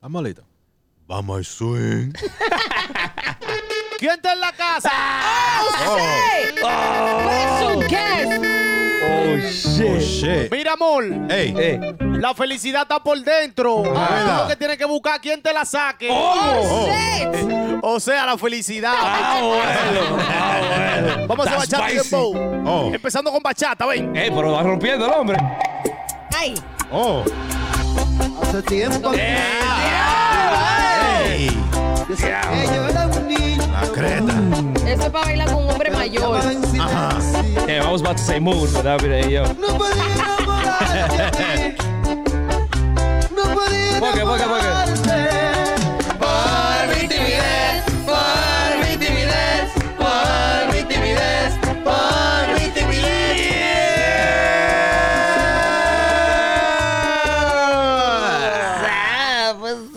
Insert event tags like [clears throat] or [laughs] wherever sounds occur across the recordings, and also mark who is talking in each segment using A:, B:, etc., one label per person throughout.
A: Vamos listo. Vamos al swing.
B: ¿Quién está en la casa?
C: Hey! Where's your guest?
D: Oh,
A: Oh,
D: shit.
A: shit.
B: Mira, amor,
A: Ey.
D: Eh,
B: la felicidad está por dentro. Ahora
A: verdad.
B: lo que tienes que buscar quien te la saque.
A: Oh.
C: Shit.
B: O sea, la felicidad.
D: ah, bueno, ah, bueno.
B: Vamos a
D: Está
B: bachata
D: spicy.
B: dembow.
A: Oh.
B: Empezando con bachata, ven.
D: Eh, pero va rompiendo el hombre.
C: Ay,
A: Oh.
E: Hace tiempo que
A: Ey.
E: yo era un niño.
A: La creta.
C: Mm. eso es para bailar con un hombre mayor.
A: Ajá.
D: Eh, I was about to say mood, but that would be yo.
E: No podía enamorarte de ti. No podía
D: Porque, porque, porque.
E: enamorarte.
C: Por mi timidez, por mi timidez, por mi timidez, por mi timidez.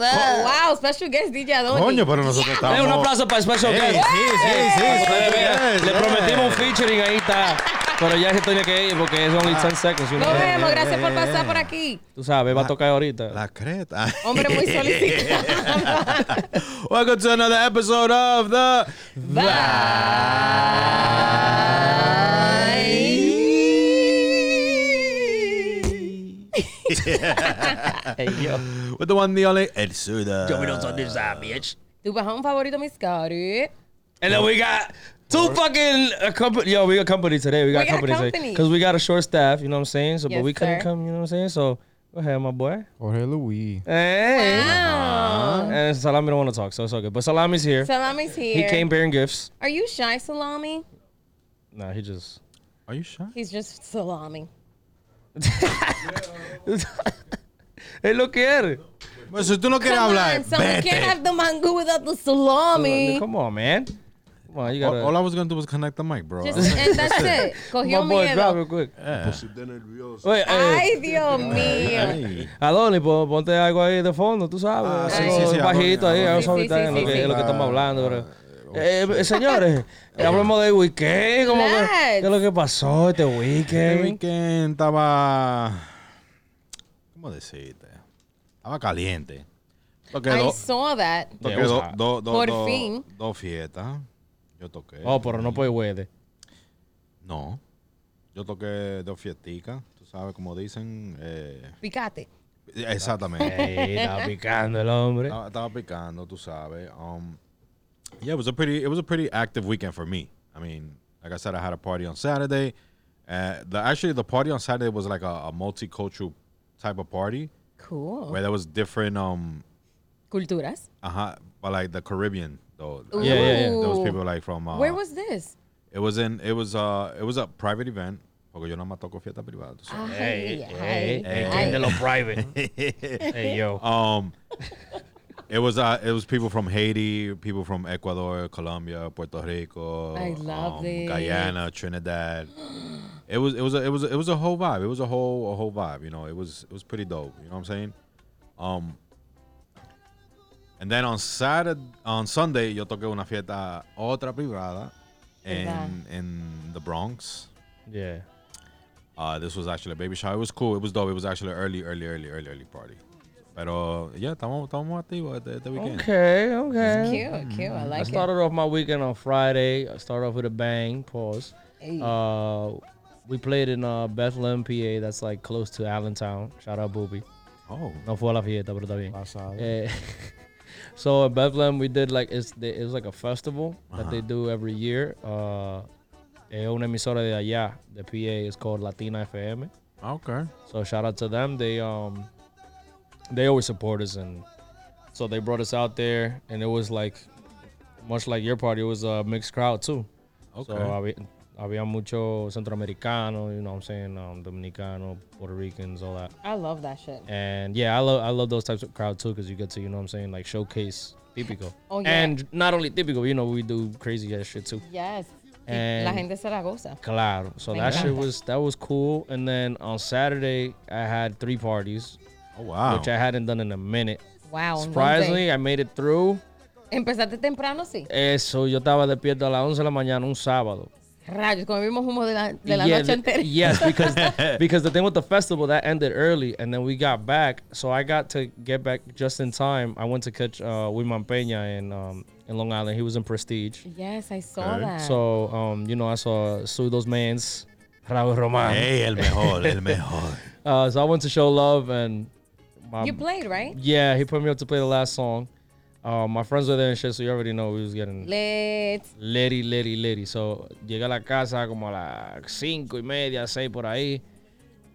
C: Oh, Wow, special guest DJ Adonis.
A: Coño, pero nosotros estamos.
D: Eh, un aplauso para Special
A: Ey,
D: Guest.
A: sí, sí,
D: Ey,
A: sí,
D: ey,
A: sí,
D: ey,
A: sí,
D: mira,
A: yes,
D: Le
A: yes.
D: prometimos un featuring, ahí está. Pero ya se tiene que ir porque es only 10 seconds. you know.
C: Nos vemos, gracias
A: eh,
C: por
A: eh,
C: pasar
A: eh.
C: por aquí.
D: Tú sabes, va a tocar ahorita.
A: La creta.
C: Hombre
A: [laughs]
C: muy solicitado.
A: Welcome to another episode of the.
C: Bye.
D: Ey, yo.
A: With the one, the only. El Suda.
C: Tu bajón favorito, mis cari.
D: And then we got two fucking uh, company. Yo, we got company today. We got
C: We got
D: company today
C: company.
D: because we got a short staff. You know what I'm saying? So, but
C: Yes,
D: we couldn't
C: sir.
D: come. You know what I'm saying? So, go ahead, my boy.
F: Jorge Luis.
D: Hey.
C: Wow.
D: And Eh, Salami don't want to talk, so it's all good. But Salami's here.
C: Salami's here.
D: He came bearing gifts.
C: Are you shy, Salami?
D: Nah, he just.
A: Are you sure?
C: He's just Salami.
D: [laughs] Él lo quiere.
A: Pero Pues, si tú no quieres
C: Come
A: hablar,
C: on, someone
A: vete.
C: can't have the mango without the salami.
D: Come on, man. Come on, you
A: All,
D: gotta.
A: all I was going to do was connect the mic, bro.
C: Just, and that's it.
D: My
C: Cogió
D: boy, drop
C: miedo.
D: it quick.
A: Pues
G: nervioso.
D: Wait,
C: Ay,
D: hey,
C: Dios mío.
A: Ay.
D: Adonis, pon- ponte algo ahí de fondo, tú sabes.
A: Ah, sí,
D: algo
A: sí, sí,
D: bajito
A: Adonis,
D: ahí,
A: Adonis. Ah,
D: algo
C: Sí, sí,
D: suavitante,
C: sí,
D: lo, que,
C: sí.
D: lo que estamos hablando, bro. Eh, eh, señores, hablemos de weekend, como que,
C: Relax.
D: ¿qué es lo que pasó este
A: Este
D: weekend?
A: weekend estaba. ¿Cómo decirte? Estaba caliente. Porque
C: I
A: dos
C: saw that.
A: toqué
D: Yeah, it was
A: do-
D: hot.
A: do- do-
C: Por
A: do-
C: fin.
A: dos fiestas. Yo toqué.
D: Oh, pero no puede huede.
A: No. Yo toqué dos fiesticas. Tú sabes, como dicen. eh,
C: Picate. Eh.
A: exactamente.
C: [laughs]
D: Ey, está picando el hombre.
A: estaba, estaba picando, tú sabes. Um, yeah, it was a pretty it was a pretty active weekend for me. I mean, like I said, I had a party on Saturday. Uh, the actually the party on Saturday was like a, a multicultural type of party
C: Cool.
A: where there was different um
C: Culturas.
A: uh but like the Caribbean though.
C: Ooh.
D: Yeah, yeah, yeah.
A: There was people like from uh,
C: Where was this?
A: it was in it was uh it was a private event. Porque yo no me toco fiesta privada. tú
F: Ah,
A: sabes.
C: Ay,
D: Ey,
C: ay,
D: ey,
C: ay.
D: de lo private.
C: Ah.
D: Ey, yo.
A: Um, it was uh, it was people from Haiti, people from Ecuador, Colombia, Puerto Rico, um,
C: I love it.
A: Guyana,
C: [gasps]
A: Trinidad. It was it was a, it was a, it was a whole vibe. It was a whole a whole vibe. You know, it was it was pretty dope. You know what I'm saying? Um, and then on Saturday on Sunday yo toqué una fiesta otra privada
C: Verdad.
A: in in the Bronx.
D: Yeah.
A: Uh, this was actually a baby shower. It was cool. It was dope. It was actually an early, early, early, early, early party. Pero yeah, estamos estamos activos este, este weekend.
D: Okay, okay.
C: Cute, cute. I
D: I
C: like it.
D: started off my weekend on Friday. I started off with a bang. Pause.
C: Hey.
D: Uh, we played in uh, Bethlehem, PA. That's like close to Allentown. Shout out, Booby.
A: Oh,
D: No fue a la fiesta, pero está bien.
F: Pasado.
D: Eh, [laughs] so in Bethlehem, we did like it's the, it was like a festival that they do every year. Uh, es una emisora de allá. The PA is called Latina FM.
A: okay.
D: So shout out to them. They um they always support us and so they brought us out there and it was like much like your party, it was a mixed crowd too.
A: Okay.
D: So uh, había, había mucho centroamericano, you know what I'm saying, um, dominicano, Puerto Ricans, all that.
C: I love that shit.
D: And yeah, I love I love those types of crowd too because you get to, you know what I'm saying, like showcase Típico.
C: Oh, yeah.
D: And not only Típico, you know, we do crazy ass shit too.
C: Yes.
D: And-
C: La gente se la goza.
D: Claro. So
C: Me
D: that shit
C: encanta.
D: was that was cool. And then on Saturday I had three parties
A: Oh wow.
D: which I hadn't done in a minute.
F: Ah,
C: Wow. entonces,
D: Surprisingly, I made it through.
C: Empezaste temprano, sí.
D: Eso, yo estaba despierto a las 11 de la mañana un sábado.
F: Rayos, comimos humo de la, de la
D: Yeah,
F: noche
D: li-
F: entera.
D: Yes,
F: [laughs]
D: because because the thing with the festival that ended early, and then we got back. So I got to get back just in time. I went to catch uh, Wilman Peña in um, in Long Island. He was in Prestige.
F: Yes, I saw
A: Okay.
F: that.
D: So um, you know, I saw Sudo's man's Raúl Román.
A: Hey,
D: [laughs]
A: el mejor, el mejor.
D: Uh, so I went to show love, and my,
F: you played, right?
D: yeah, he put me up to play the last song. Uh, my friends were there and shit, so you already know we was getting
F: Let's.
D: Lady, Lady, Lady. So, llegué a la casa como a las cinco y media, seis por ahí,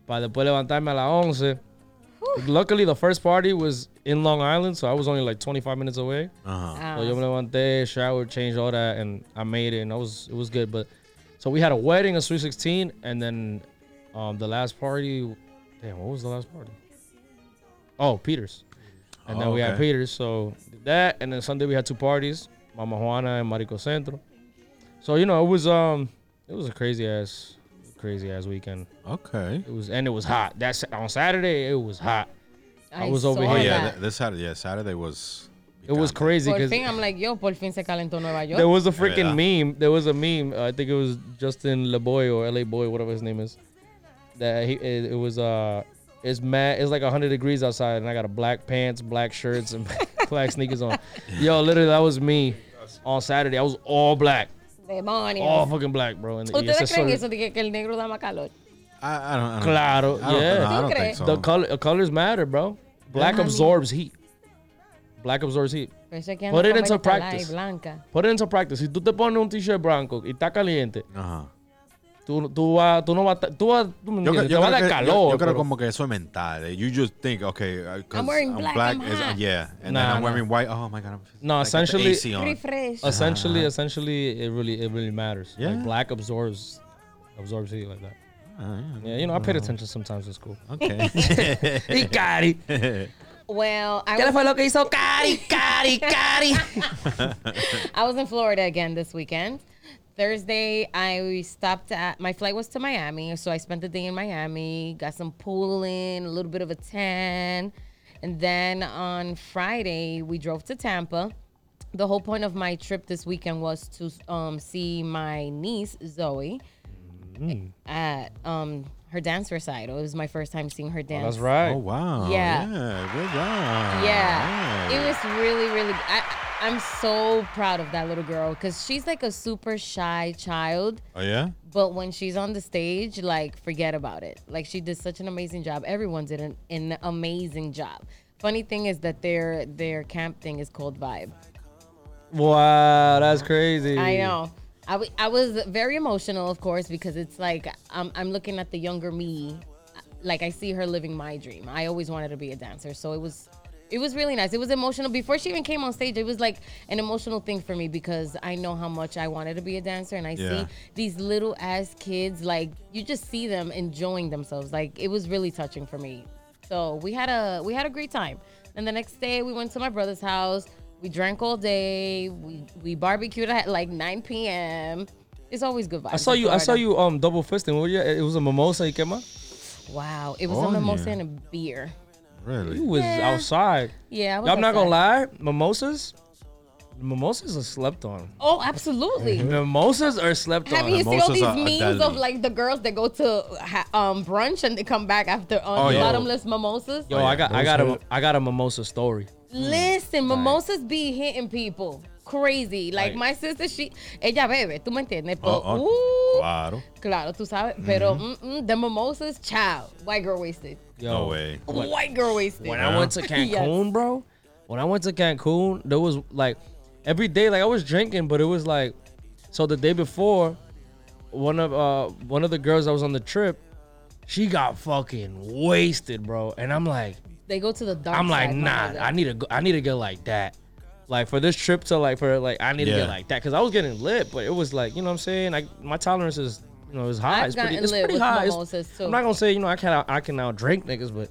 D: para después levantarme a las once. Luckily, the first party was in Long Island, so I was only like 25 minutes away.
A: Uh-huh.
F: Ah,
D: So yo me levanté, showered, changed all that, and I made it, and I was it was good. But so we had a wedding at Sweet 16, and then um, the last party, damn, what was the last party? Oh, Peters. And then
A: Oh,
D: we had
A: okay.
D: Peters. So did that, and then Sunday we had two parties, Mama Juana and Marico Centro. So you know it was um it was a crazy ass crazy ass weekend.
A: Okay.
D: It was and it was hot. That's on Saturday it was hot.
F: I,
D: was over
F: saw
A: Oh
D: here.
A: yeah,
F: that.
A: th- this Saturday. Yeah, Saturday was.
D: It was
A: picante.
D: crazy
F: Por
D: because
F: fin, I'm like, yo, por fin se calentó Nueva York.
D: There was a
A: verdad.
D: freaking meme. There was a meme. uh, I think it was Justin LeBoy or LA Boy, whatever his name is. That he it, it was uh it's mad it's like 100 degrees outside and I got a black pants, black shirts and [laughs] black sneakers
A: [laughs]
D: on. Yo, literally that was me on Saturday. I was all black.
F: Demonios.
D: All fucking black, bro. E And oh, y ese
F: ¿Ustedes creen
D: sol-
F: eso de que, que el negro da más calor?
A: I, I don't. I don't
D: Claro,
A: I don't,
D: yeah.
A: no, I don't
F: ¿Tú
A: think
F: crees?
A: so.
D: The color uh, colors matter, bro. Black
F: Mami.
D: absorbs heat. Black absorbs heat.
F: Por eso es que
D: Put
F: andan
D: it
F: con
D: into
F: vaina calada
D: practice.
F: Y blanca.
D: Put it into practice. Si tú te pones un t-shirt blanco y está caliente,
A: Ajá.
D: Tú, tú, vas, tú no vas, a ta- tú vas, tú me
A: Yo,
D: entiendes,
A: creo-
D: te
A: yo
D: va a
A: creo
D: dar
A: que,
D: calor.
A: yo, yo creo
D: pero-
A: como que eso es mental. eh. You just think, okay, uh, 'cause
F: I'm wearing black, I'm
A: is-
F: hot.
A: yeah, and then
D: Nah,
A: I'm
D: nah.
A: wearing white. Oh my god, I'm
D: No,
A: I got the
D: essentially-
A: AC on. Ah.
F: Refresh.
D: essentially, essentially, it really, it really matters. Like,
A: Yeah.
D: black absorbs, absorbs heat like that.
A: Ah,
D: Yeah, you know, I paid attention sometimes in school. [laughs]
A: Okay.
D: He
A: [laughs]
D: got it.
F: Well, I
C: ¿Qué le
F: was,
C: fue lo que hizo
F: [laughs]
C: Cari, Cari, Cari?
F: I was in Florida again this weekend. Thursday, I stopped at, my flight was to Miami, so I spent the day in Miami, got some pooling, a little bit of a tan. And then on Friday, we drove to Tampa. The whole point of my trip this weekend was to um, see my niece, Zoe, at um, her dance recital. It was my first time seeing her dance.
D: That's right.
A: oh wow.
F: Yeah.
A: Yeah. Good job.
F: Yeah.
A: Yeah.
F: It was really, really. I, I'm so proud of that little girl because she's like a super shy child.
A: Oh yeah.
F: But when she's on the stage, like, forget about it. Like, she did such an amazing job. Everyone did an, an amazing job. Funny thing is that their their camp thing is called Vibe.
D: Wow, that's crazy.
F: I know. I, w- I was very emotional, of course, because it's like I'm, I'm looking at the younger me. Like I see her living my dream. I always wanted to be a dancer, so it was, it was really nice. It was emotional before she even came on stage. It was like an emotional thing for me because I know how much I wanted to be a dancer, and I
A: Yeah.
F: see these little ass kids like you just see them enjoying themselves. Like it was really touching for me. So we had a we had a great time. And the next day we went to my brother's house. We drank all day. We we barbecued at like 9 p.m. It's always good vibes.
D: I saw
F: in
D: you. I saw
F: Florida.
D: you. Um, double fisting. What were you- It was a mimosa. You came out.
F: Wow, it was
A: Oh,
F: a mimosa
A: yeah.
F: and a beer.
D: You
A: Really.
D: was outside.
F: Yeah, I was
D: Y'all, I'm not gonna
F: outside.
D: lie. Mimosas, mimosas are slept on.
F: Oh, absolutely.
D: Mimosas are slept
F: Have
D: on.
F: you seen all
A: mimosas are
F: these memes of
A: deadly.
F: like the girls that go to ha- um, brunch and they come back after on
A: Oh, yeah.
F: bottomless mimosas?
A: Oh,
D: Yo, I got, I got a, I got a mimosa story.
F: Listen, mimosas be hitting people crazy. Like, my sister, she, ella bebe, tú me entiendes. Pero,
D: Uh-uh.
A: Oh, oh,
F: uh,
A: Claro.
F: claro, tú sabes. Pero,
D: Mm-hmm.
F: mm-mm, the mimosas, child, white girl wasted.
D: Yo,
A: No way.
F: White girl wasted.
D: When I went to Cancun, bro, when I went to Cancun, there was like every day, like I was drinking, but it was like so the day before, one of uh one of the girls that was on the trip, she got fucking wasted, bro. And I'm like,
F: they go to the dark
D: I'm like,
F: side, my
D: nah,
F: brother.
D: I need to go, I need to get like that. Like for this trip to like for like I need to
A: Yeah.
D: get like that. Cause I was getting lit, but it was like, you know what I'm saying? Like my tolerance is you know, it's high.
F: I've
D: it's pretty,
F: gotten
D: it's
F: lit
D: pretty
F: with
D: high. It's-
F: mimosas, too.
D: I'm not gonna say, you know, I can I can now drink niggas, but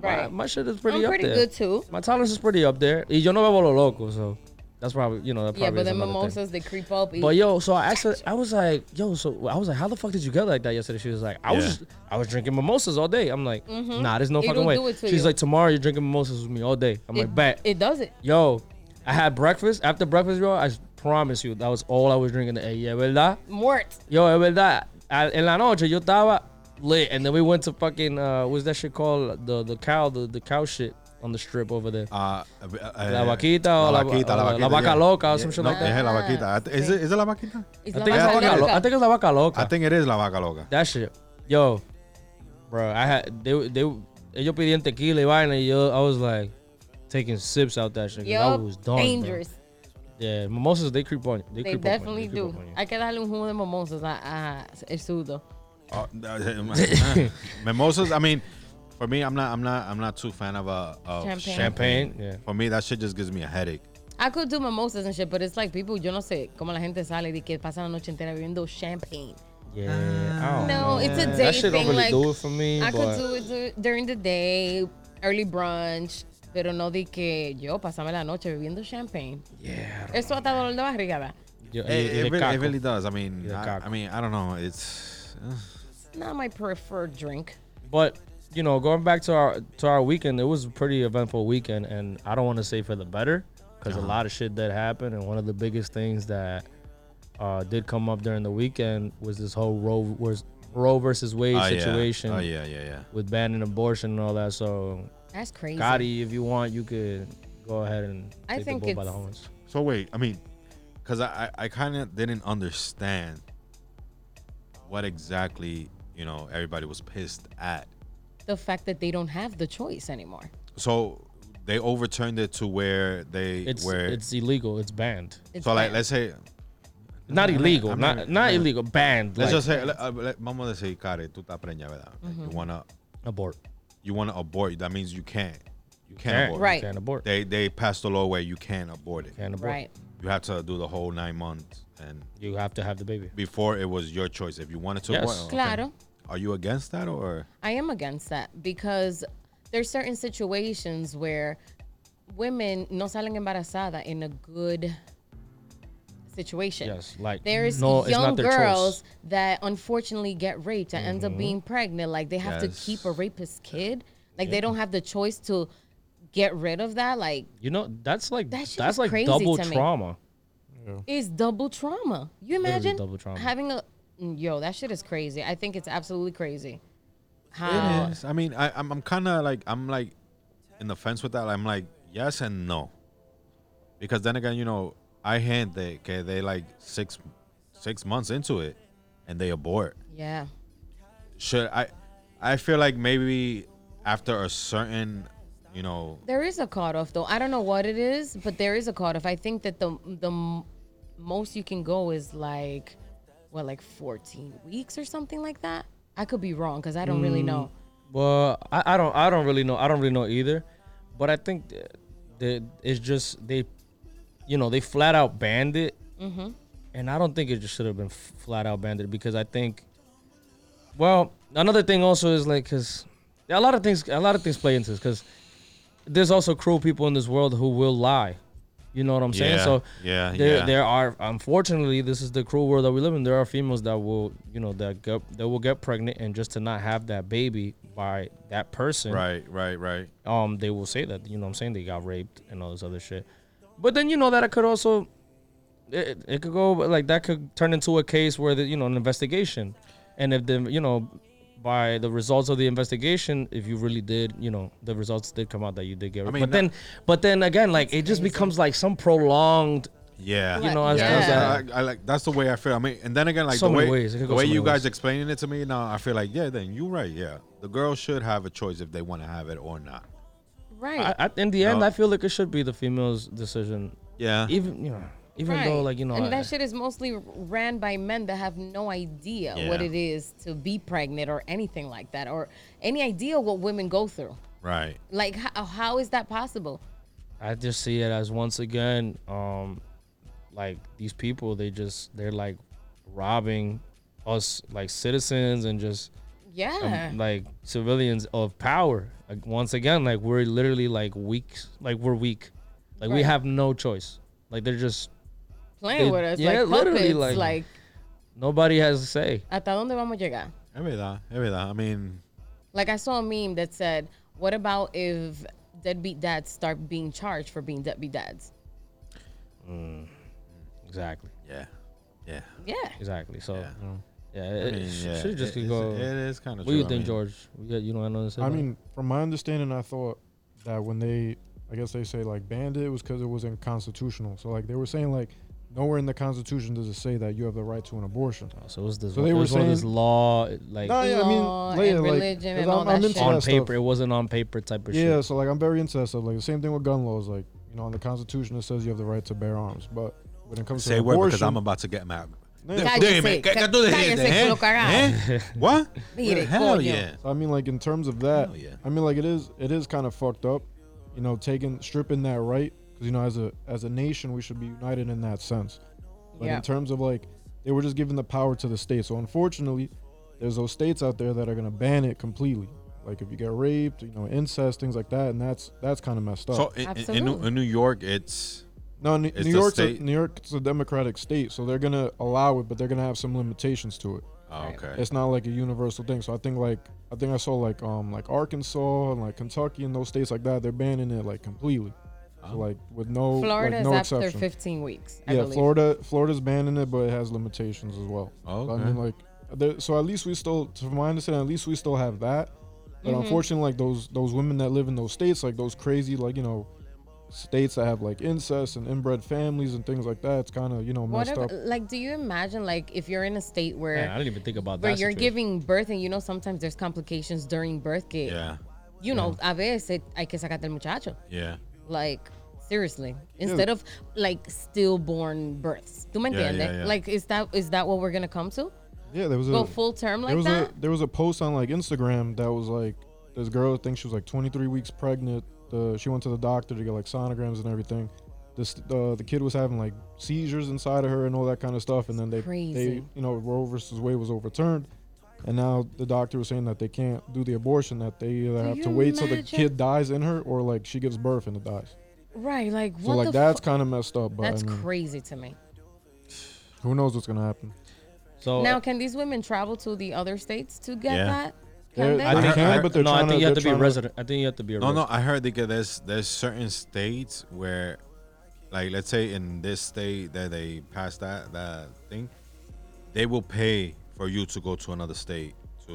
F: Right.
D: my, my shit is pretty
F: I'm
D: up
F: pretty
D: there.
F: good, too.
D: My tolerance is pretty up there. Y yo no bebo lo loco, so that's probably you know that probably
F: yeah, but
D: is
F: the
D: another thing.
F: mimosas, they creep up.
D: But yo, so I asked her, I was like, yo, so I was like, how the fuck did you get like that yesterday? She was like, I was,
A: Yeah.
D: just, I was drinking mimosas all day. I'm like, nah, there's
F: Mm-hmm.
D: no
F: They
D: fucking
F: don't
D: way.
F: do it to
D: She's
F: you.
D: like, tomorrow you're drinking mimosas with me all day. I'm
F: it,
D: like, bet.
F: It does it.
D: yo, I had breakfast. After breakfast, bro, I promise you, that was all I was drinking. Eh, yeah, verdad?
F: Mort.
D: Yo, es verdad. Al- En la noche yo estaba lit, and then we went to fucking uh, what's that shit called? The the cow, the, the cow shit on the strip over there.
A: Uh, uh,
D: La vaquita or la- uh, la vaca loca or some shit like
A: Yeah,
D: that.
A: Eh, la vaquita. I th- Is it, is it la vaquita?
F: It's
D: I
F: la
D: think it's
F: vaca
D: la vaca.
F: loca.
D: Lo- I think it's la vaca loca.
A: I think it is la vaca loca.
D: That shit, yo, bro. I had they they ellos pidieron tequila y vaina, y yo I was like taking sips out that shit. 'cause I
F: Yup,
D: was done, bro.
F: dangerous.
D: Yeah, mimosas they creep on you. They,
F: They
D: creep
F: definitely
D: up on you.
F: do.
D: They creep up on you.
F: Hay que darle un jugo de mimosas a, a el sudo.
A: Uh,
D: [laughs]
A: uh, mimosas. I mean, for me, I'm not, I'm not, I'm not too fan of uh, of
F: Champagne.
A: champagne.
D: Champagne, yeah.
A: For me, that shit just gives me a headache.
F: I could do mimosas and shit, but it's like people, yo no sé cómo la gente sale y que pasa la noche entera bebiendo champagne.
D: Yeah,
A: Uh,
D: I don't
F: No,
D: know,
F: it's a
D: man.
F: day
D: That shit
F: thing,
D: don't really
F: like,
D: do it for me.
F: I
D: but-
F: could do it du- during the day, early brunch, pero no di que yo pasame la noche bebiendo champagne.
D: Yeah.
F: Eso hasta dolor de barriga da.
D: Yo-
A: It,
D: y- y
A: it
D: de
A: really, it
D: caco.
A: really does. I mean,
D: Yeah,
A: I,
D: cock.
A: I mean, I don't know. It's uh,
F: It's not my preferred drink.
D: But you know, going back to our to our weekend, it was a pretty eventful weekend, and I don't want to say for the better because
A: Uh-huh.
D: a lot of shit that happened, and one of the biggest things that uh, did come up during the weekend was this whole Roe was Roe versus Wade
A: oh, yeah.
D: situation
A: Oh yeah, yeah, yeah.
D: with banning abortion and all that. So,
F: That's crazy.
D: Gotti, if you want, you could go ahead and
F: I
D: take
F: think
D: the bull by the
F: it's-
D: horns.
A: So wait, I mean, because I, I, I kind of didn't understand what exactly you know everybody was pissed at.
F: The fact that they don't have the choice anymore.
A: So they overturned it to where they
D: It's
A: where
D: it's illegal. It's banned.
F: It's
A: so like
F: bad.
A: let's say
D: Not illegal.
A: I'm
D: not
A: not-
D: not
A: yeah.
D: illegal. Banned.
A: let's
D: Like,
A: just say let, uh, let, vamos a decir, Kare, tú estás preña, verdad?
F: Mm-hmm.
A: You wanna
D: abort.
A: you wanna abort? That means you can't. You can't
D: Can't-
A: abort.
F: Right.
D: Can't abort.
A: They they passed a law where you can't abort it.
D: Can't abort.
F: right.
A: You have to do the whole nine months. And
D: You have to have the baby.
A: before it was your choice if you wanted to
D: Yes.
A: abort. okay.
F: Claro.
A: Are you against that or?
F: I am against that because there's certain situations where women no salen embarazada in a good situation.
D: Yes, like
F: There's
D: no, it's
F: young
D: not their
F: girls
D: choice. Mm-hmm.
F: that unfortunately get raped and end up being pregnant. Like they have to
A: Yes.
F: keep a rapist kid. Like they don't have the choice to get rid of that. Like
D: You know, that's like
F: That shit
D: that's
F: is
D: like
F: crazy
D: double
F: to me.
D: trauma.
F: it's double trauma. You imagine
D: double trauma.
F: having a mm, yo, that shit is crazy. I think it's absolutely crazy. How
A: It is. I mean, I, I'm, I'm kind of like, I'm like in the fence with that. I'm like, yes and no. Because then again, you know, I hand they, okay, they like six, six months into it and they abort.
F: yeah.
A: Should I, I feel like maybe after a certain, you know,
F: There is a cutoff though. I don't know what it is, but there is a cutoff. I think that the the m- most you can go is like what like 14 weeks or something like that. I could be wrong because I don't really
D: Mm.
F: know.
D: Well, I, I don't I don't really know. I don't really know either. But I think th- that it's just they, you know, they flat out banned it,
F: Mm-hmm.
D: and I don't think it just should have been f- flat out banned it because I think, well, another thing also is like because a lot of things a lot of things play into this because there's also cruel people in this world who will lie. You know what I'm saying?
A: Yeah,
D: So
A: yeah,
D: there,
A: yeah.
D: there are unfortunately this is the cruel world that we live in. There are females that will you know that get that will get pregnant and just to not have that baby by that person,
A: right, right, right.
D: um, they will say that you know what I'm saying they got raped and all this other shit. But then you know that it could also it, it could go like that could turn into a case where the, you know an investigation, and if the you know by the results of the investigation, if you really did you know the results did come out that you did get raped.
A: mean,
D: but
A: that-
D: then but then again like it just becomes like some prolonged
A: Yeah.
D: you know as,
F: Yeah.
D: as
A: Yeah,
D: a-
A: I, I like that's the way I feel. I mean, and then again, like
D: So
A: the
D: many
A: way
D: ways. It
A: the
D: could go
A: way
D: so
A: you
D: many
A: guys
D: ways.
A: explaining it to me now, I feel like yeah, then you're right. Yeah, the girl should have a choice if they want to have it or not.
F: Right.
D: I, I, in the end,
A: No.
D: I feel like it should be the female's decision.
A: Yeah,
D: Even you know, even though
F: Right.
D: like you know,
F: and
D: I-
F: that shit is mostly ran by men that have no idea what
A: Yeah.
F: it is to be pregnant or anything like that, or any idea what women go through.
A: right.
F: Like, how, how is that possible?
D: I just see it as once again, um, like these people, they just they're like robbing us like citizens and just um,
F: Yeah,
D: like civilians of power. Like, once again, like we're literally like weak, like we're weak, like we
F: Right.
D: have no choice. Like they're just
F: playing
D: they-
F: with us
D: yeah,
F: like
D: literally,
F: puppets. Like,
D: like- nobody has a say.
F: hasta dónde vamos a llegar?
A: Es verdad, es verdad. I mean,
F: Like I saw a meme that said, "What about if deadbeat dads start being charged for being deadbeat dads?"
D: Exactly.
A: Yeah. Yeah.
F: Yeah.
D: Exactly. So,
A: Yeah.
D: you know, yeah,
A: I
D: it,
A: mean,
D: sh-
A: yeah,
D: should just
A: it-
D: go.
A: it's- It is kind of.
D: what do you think, George? You, got- you don't have nothing to say.
G: I
D: about it?
G: mean, from my understanding, I thought that when they, I guess they say like banned it, it was because it was unconstitutional. So like they were saying like nowhere in the Constitution does it say that you have the right to an abortion.
D: so it was this,
G: so
D: one-
G: they
D: it
G: were
D: was one of this
G: saying-
D: law, it, like
G: No, yeah, I
F: Law
G: mean,
F: and
G: yeah, like,
F: religion
G: 'cause
F: and all
G: I'm,
F: that
G: I'm into
F: shit.
D: on
G: that
D: paper.
G: stuff.
D: It wasn't on paper type of
G: Yeah,
D: shit.
G: so like I'm very into that stuff. Like the same thing with gun laws. Like you know, in the Constitution it says you have the right to bear arms, but when it comes
A: Say
G: to
A: word
G: abortion,
A: because I'm about to get mad.
F: Cállese,
A: Dime, ¿qué, ¿qué tú
F: cállese,
A: dijiste? ¿eh?
F: culo cagado.
A: ¿Eh? What?
F: Mire,
A: Hell
F: coño.
A: yeah.
G: So, I mean, like in terms of that,
A: Hell yeah.
G: I mean, like it is it is kind of fucked up, you know, taking stripping that right because you know as a as a nation we should be united in that sense. But
F: Yeah.
G: in terms of like they were just giving the power to the state, so unfortunately, there's those states out there that are gonna ban it completely. Like if you get raped, you know, incest, things like that, and that's that's kind of messed up.
A: So in, in- in, New-
F: Absolutely.
A: in New York, it's
G: no, New,
A: it's
G: New
A: the
G: York's a,
A: state-
G: New York's a democratic state, so they're gonna allow it, but they're gonna have some limitations to it.
A: oh, okay.
G: it's not like a universal thing. So I think like I think I saw like um like Arkansas and like Kentucky and those states like that they're banning it like completely, So, like with no
F: Florida
G: like, no
F: is after
G: exception.
F: 15 weeks. I
G: yeah,
F: believe.
G: Florida Florida's banning it, but it has limitations as well. So,
A: Okay.
G: I mean like there, so at least we still, to my understanding, at least we still have that. But
F: Mm-hmm.
G: unfortunately, like those those women that live in those states, like those crazy like you know states that have like incest and inbred families and things like that, it's kind of you know
F: What
G: messed
F: ab-
G: up.
F: like, do you imagine, like, if you're in a state where,
D: Man, I didn't even think about
F: where
D: that.
F: you're
D: situation.
F: giving birth and you know sometimes there's complications during birth? Que,
A: Yeah.
F: You know, a veces hay que sacarte el muchacho.
A: Yeah.
F: Like, seriously. Instead of, like, stillborn births. ¿Tú me
A: Yeah, yeah,
F: entiendes?
A: yeah.
F: Like, is that is that what we're going to come to?
G: Yeah, there was a
F: Go full term
G: there
F: like
G: was
F: that?
G: a there was a post on like Instagram that was like this girl I think she was like 23 weeks pregnant. The, she went to the doctor to get like sonograms and everything. This uh, the kid was having like seizures inside of her and all that kind of stuff. And then they they
F: Crazy.
G: you know Roe versus Wade was overturned, and now the doctor was saying that they can't do the abortion. That they either have
F: you
G: to wait till the
F: imagine?
G: kid dies in her or like she gives birth and it dies.
F: right. Like,
G: So
F: what
G: like
F: the
G: that's
F: fu-
G: kind of messed up. But
F: That's
G: I mean,
F: crazy to me.
G: who knows what's gonna happen?
D: So
F: Now, can these women travel to the other states to get
A: Yeah.
F: that? Can
G: They're-
F: they?
G: I
D: I
G: They
D: think,
G: can,
D: I,
G: but they're
D: no, I
G: trying
D: think
G: to-
D: you have to
G: they're
D: be a
G: trying to-
D: resident. I think you have to be a
A: No, no.
D: resident.
A: I heard that there's there's certain states where, like, let's say in this state that they passed that that thing, they will pay for you to go to another state to.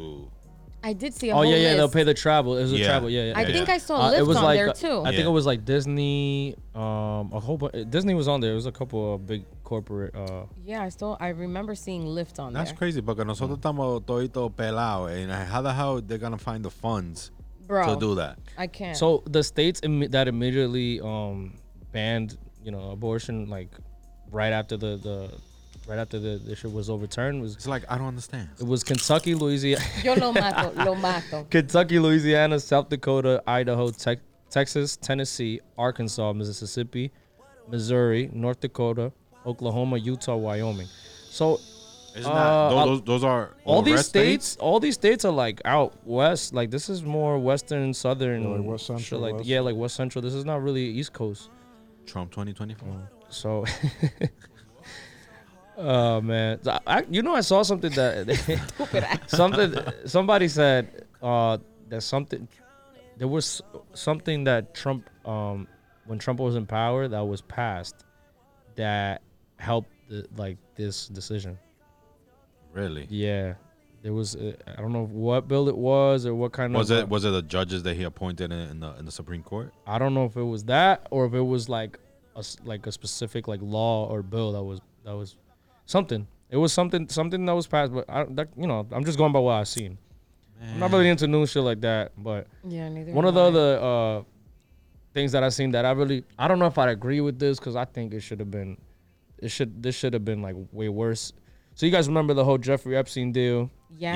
F: I did see a
D: Oh
F: whole
D: yeah, yeah. They'll
F: list.
D: pay the travel. It was a
A: Yeah.
D: travel. Yeah, yeah.
F: I
D: yeah.
F: think I saw
D: Uh,
F: Lyft
D: it was
F: on
D: like
F: there
D: uh,
F: too.
D: I think
A: Yeah.
D: it was like Disney. Um, a whole bunch. Disney was on there. It was a couple of big corporate. Uh,
F: yeah, I still I remember seeing Lyft on
A: That's
F: there.
A: crazy because nosotros estamos todito pelado, and how the hell they're gonna find the funds
F: Bro,
A: to do that?
F: I can't.
D: So the states imme- that immediately um banned, you know, abortion like right after the the right after the, the shit was overturned was
A: It's like I don't understand.
D: it was Kentucky, Louisiana,
F: yo lo mato, lo mato.
D: [laughs] Kentucky, Louisiana, South Dakota, Idaho, Tex Texas, Tennessee, Arkansas, Mississippi, Missouri, North Dakota, Oklahoma, Utah, Wyoming. So
A: It's not.
D: Uh,
A: Those, those, those are
D: all
A: the
D: these
A: rest
D: states, all these states are like out west. Like this is more western, southern,
G: Yeah, like West
D: shit
G: Central,
D: like
G: West.
D: yeah, like west central. This is not really east coast.
A: Trump 2024.
D: So, [laughs] oh man, So, I, I- you know, I saw something that [laughs] something somebody said uh, that something there was something that Trump um, when Trump was in power that was passed that helped the, like this decision.
A: Really?
D: Yeah, there was uh, I don't know what bill it was or what kind
A: Was
D: of
A: it was it the judges that he appointed in, in the in the Supreme Court?
D: I don't know if it was that or if it was like a s- like a specific like law or bill that was that was something. It was something something that was passed, but I that, you know I'm just going by what I've seen. I'm not really into new shit like that, but
F: Yeah, neither.
D: one
F: am
D: of the
F: I.
D: other uh, things that I've seen that I really I don't know if I'd agree with this because I think it should have been it should this should have been like way worse. So you guys remember the whole Jeffrey Epstein deal?
F: Yes.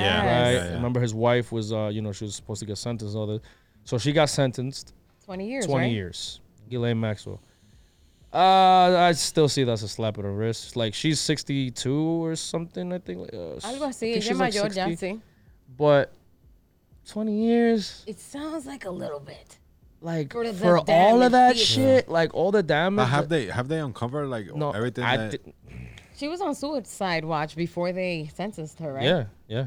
A: Yeah,
D: right?
A: yeah.
D: Remember his wife was, uh, you know, she was supposed to get sentenced. All this, so she got sentenced.
F: 20 years.
D: 20
F: right?
D: years. Ghislaine Maxwell. Uh, I still see that's a slap at the wrist. Like she's 62 or something, I think. Uh, s-
F: Algo
D: I
F: así,
D: think
F: ella
D: she's like
F: mayor ya,
D: 60,
F: sí.
D: But 20 years,
F: It sounds like a little bit.
D: like
F: For
D: for,
F: the
D: all of
F: damage
D: that
F: she-
D: shit, like all the damage.
A: But have they have they uncovered like
D: no,
A: everything?
D: I
A: that,
D: thi-
F: She was on suicide watch before they sentenced her, right?
D: Yeah, yeah.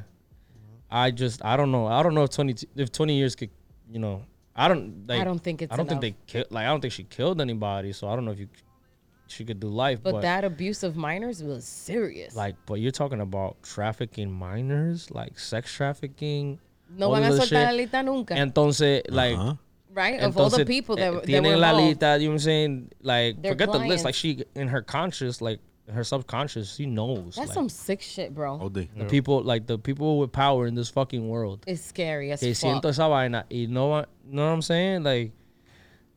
D: I just I don't know. I don't know if 20 t- if 20 years could, you know. I don't like
F: don't think it's
D: I don't
F: enough.
D: think they killed like I don't think she killed anybody, so I don't know if you she could do life.
F: But,
D: But,
F: that abuse of minors was serious.
D: like, but you're talking about trafficking minors, like sex trafficking.
F: no
D: all
F: van a
D: of this
F: soltar la
D: shit.
F: lista nunca,
D: Entonces, like,
A: Uh-huh.
F: right?
D: entonces,
F: Of all the people that,
D: eh,
F: were- that were
D: tienen la
F: involved.
D: lista, you know what I'm saying? Like,
F: They're
D: forget the list. Like,
F: clients.
D: she in her conscious, like in her subconscious, she knows.
F: That's
D: like,
F: some sick shit, bro.
A: OD.
D: the people, like the people with power in this fucking world.
F: It's scary as
D: Que
F: fuck.
D: siento esa vaina y no, va- know what I'm saying? Like,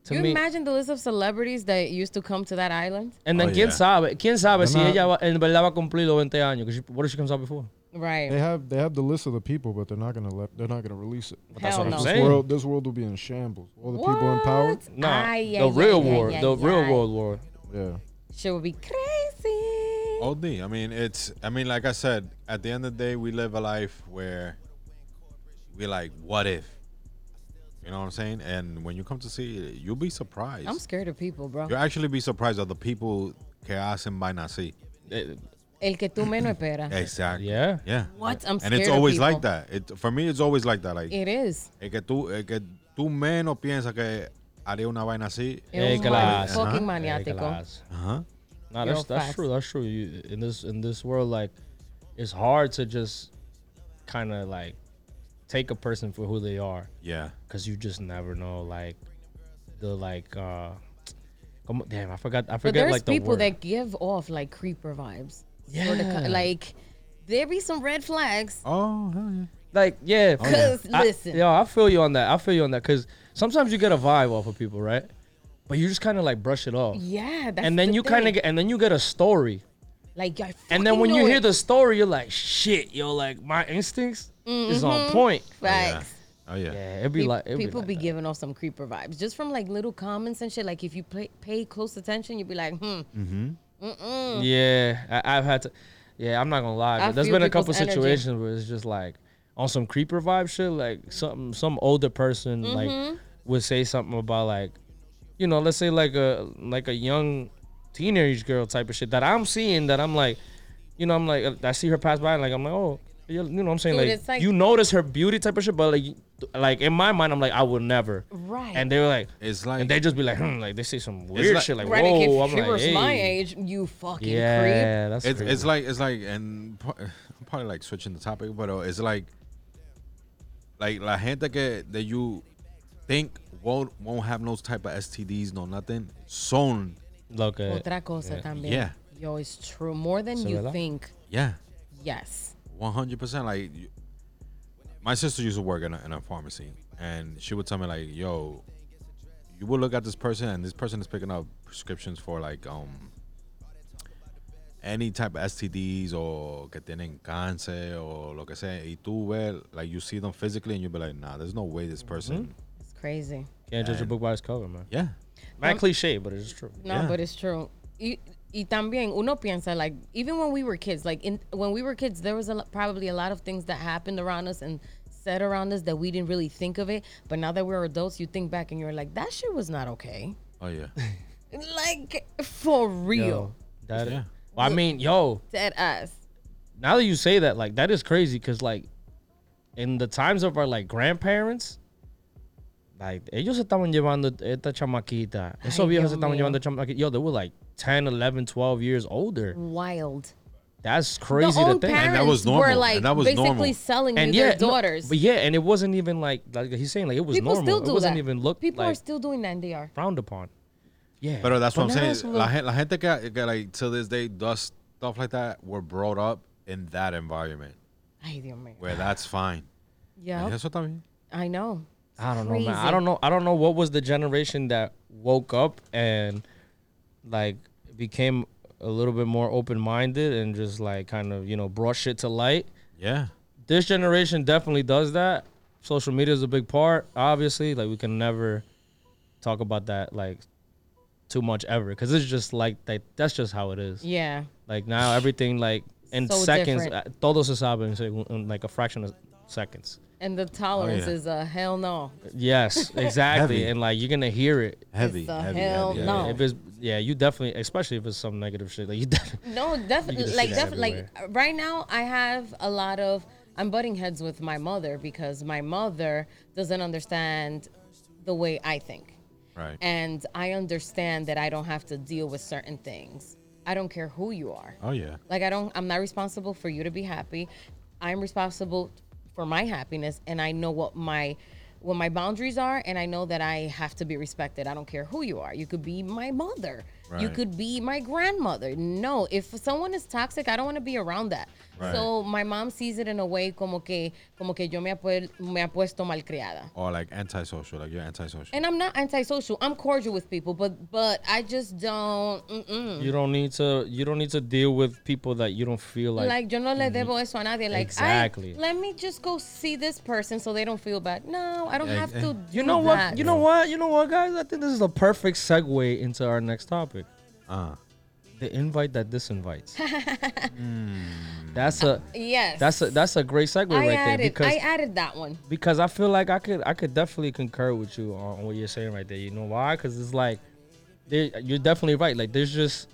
D: to
F: you
D: me,
F: imagine the list of celebrities that used to come to that island,
D: and then
A: Oh,
D: quién
A: yeah.
D: sabe, quién sabe si
G: They're
D: ella va, en verdad va a cumplir los 20 años. 'cause she- what if she comes out before?
F: right?
G: They have they have the list of the people, but they're not gonna let they're not gonna release it.
F: Hell
D: what I'm
F: no.
D: saying.
G: This world this world will be in shambles. All the people in power.
F: What?
D: No,
F: Ay,
D: the
F: ay,
D: real
F: ay, ay,
D: war,
F: ay,
D: the real
F: ay.
D: world war.
G: Yeah.
F: She would be crazy.
D: Oh,
A: OD. I mean, it's. I mean, like I said, at the end of the day, we live a life where we like, what if? You know what I'm saying? And when you come to see, it, you'll be surprised.
F: I'm scared of people, bro.
A: You'll actually be surprised at the people que hacen vaina así.
D: Eh,
F: El que tú menos esperas.
A: Exactly.
D: Yeah.
A: Yeah.
F: What? I'm
A: And
F: scared
A: it's
F: of
A: always
F: people.
A: like that. It for me, it's always like that. Like
F: It is.
A: el que tú, el que tú menos piensas que haría una vaina así.
F: It
D: Hey,
F: was
D: class.
F: fucking
A: Uh-huh.
D: eh,
F: maniacal.
D: class.
A: Uh huh.
D: Nah,
F: Yo,
D: that's that's
F: facts.
D: true. That's true. You, in this in this world, like, it's hard to just kind of like take a person for who they are,
A: Yeah.
D: cause you just never know, like, the like, uh, come on, damn, I forgot, I
F: But
D: forget
F: there's
D: like the
F: people
D: word.
F: that give off like creeper vibes. Yeah. like there be some red flags.
D: Uh-huh.
A: Oh hell yeah.
D: like, yeah,
F: [laughs] Cause
D: I-
F: listen,
D: yo, I feel you on that. I feel you on that, cause sometimes you get a vibe off of people, right? But you just kind of like brush it off,
F: yeah. That's
D: and then
F: the
D: you kind
F: thing.
D: of get, and then you get a story.
F: like, I
D: And then when
F: fucking
D: you
F: knew
D: hear
F: it.
D: the story, you're like, shit, yo, like my instincts is on point.
F: facts.
A: Oh yeah.
D: Yeah, it'd be
F: Mm-hmm. Pe-
D: like it'd
F: people
D: be,
F: be
D: like that.
F: giving off some creeper vibes just from like little comments and shit. Like if you play, pay close attention, you'd be like, hmm. [laughs]
D: Yeah, I, I've had to. Yeah, I'm not gonna lie.
F: I
D: But there's
F: feel
D: been a
F: people's
D: couple
F: energy.
D: situations where it's just like on some creeper vibe shit. Like some some older person
F: Mm-hmm.
D: like would say something about like, you know, let's say like a like a young teenage girl type of shit that I'm seeing that I'm like, you know, I'm like I see her pass by and like I'm like oh. You you know what I'm saying?
F: Dude,
D: like,
F: it's like-
D: you notice her beauty type of shit, but like, you- like in my mind, I'm like, I would never.
F: Right.
D: And they were like,
A: It's like
D: and they just be like, hmm, like they say some weird
A: like-
D: shit, like,
F: Right, like, if
D: whoa. I'm
F: she
D: like,
F: was my
D: hey.
F: age, you fucking creep.
D: Yeah, that's
A: it's,
D: crazy.
A: it's like it's like and pro- I'm probably like switching the topic, but uh, it's like like la gente que that you think won't won't have no type of STDs, no nothing. Son,
D: Look at
F: Otra cosa también.
A: Yeah.
F: Yo, it's true. More than
D: So
F: you
D: verdad?
F: think.
A: yeah,
F: Yes.
A: one hundred percent. Like you- my sister used to work in a, in a pharmacy, and she would tell me like, "Yo, you will look at this person, and this person is picking up prescriptions for like um." Any type of STDs or que tienen cancer or lo que sea, y tú ves, like you see them physically and you'll be like, nah, there's no way this person.
F: It's crazy.
D: can't judge a book by its cover, man.
A: Yeah,
D: Not cliche, but it's true.
F: No,
A: Yeah.
F: but it's true. Y, y también uno piensa like even when we were kids, like in when we were kids, there was a, lo- probably a lot of things that happened around us and said around us that we didn't really think of it. But now that we're adults, you think back and you're like, that shit was not okay.
A: oh yeah,
F: Like for real,
D: Yo, that,
A: Yeah.
D: well, I mean, yo,
F: dead ass.
D: now that you say that, like that is crazy, cause like in the times of our like grandparents, like ellos estaban llevando esta chamaquita. Esos
F: Ay,
D: viejos
F: Dios
D: estaban
F: mío.
D: llevando chamaquita. Yo, they were like 10, 11, 12 years older.
F: Wild.
D: That's crazy
F: the
D: to
F: own
D: think.
F: parents
A: that was
F: were
A: normal.
F: like
A: And that was
F: basically
A: normal.
F: selling
D: and
F: you
D: yeah,
F: their
D: no,
F: daughters.
D: but yeah, and it wasn't even like like he's saying like it was
F: People
D: normal.
F: still do
D: it wasn't
F: that.
D: even looked
F: People
D: like
F: are still doing that. And they are.
D: frowned upon. Yeah,
A: But that's what
D: But now
A: I'm
D: it's a
A: saying.
D: little-
A: La, gen- la gente que, que like to this day does stuff like that were brought up in that environment
F: Ay, Dios mío.
A: where that's fine.
F: Yeah,
A: And eso está bien.
F: I know.
D: I don't know, man. I
F: Crazy.
D: don't know. I don't know what was the generation that woke up and like became a little bit more open minded and just like kind of you know brought shit to light.
A: Yeah.
D: This generation definitely does that. Social media is a big part, obviously. Like we can never talk about that like too much ever because it's just like that. That's just how it is.
F: Yeah,
D: Like now everything like in
F: So
D: seconds,
F: different.
D: uh, todo se sabe en seg- in like a fraction of seconds.
F: and the tolerance
A: yeah.
F: is a hell no. [laughs]
D: Yes, exactly.
A: Heavy.
D: and like you're gonna hear it.
A: Heavy.
F: It's a
A: heavy,
F: hell
A: heavy,
F: no.
A: heavy.
D: If it's yeah, you definitely, especially if it's some negative shit, like you [laughs] definitely.
F: No,
D: You
F: definitely.
D: can
F: Like,
D: see that
F: definitely. Like, uh, right now, I have a lot of. I'm butting heads with my mother because my mother doesn't understand the way I think.
A: Right.
F: And I understand that I don't have to deal with certain things. I don't care who you are.
A: Oh yeah.
F: Like I don't I'm not responsible for you to be happy. I'm responsible for my happiness and I know what my what my boundaries are and I know that I have to be respected. I don't care who you are. You could be my mother. You
A: Right.
F: could be my grandmother. No, if someone is toxic, I don't want to be around that.
A: Right.
F: So my mom sees it in a way como que como que yo me apu- me ha puesto malcriada.
A: Or like antisocial, like you're antisocial.
F: And I'm not antisocial. I'm cordial with people, but but I just don't mm-mm.
D: You don't need to. You don't need to deal with people that you don't feel like. mm-hmm.
F: like, yo no le debo eso a nadie. Like,
D: Exactly.
F: I, let me just go see this person so they don't feel bad. No, I don't
A: Yeah,
F: have
A: eh.
F: to. do
D: you know what?
F: that.
D: You know what? You know what, guys? I think this is the perfect segue into our next topic.
A: Uh,
D: The invite
F: [laughs]
D: that disinvites. That's a.
F: Yes.
D: That's a. That's a great segue
F: I
D: right
F: added.
D: there because
F: I added that one.
D: because I feel like I could I could definitely concur with you on what you're saying right there. You know why? Because it's like there- you're definitely right. Like there's just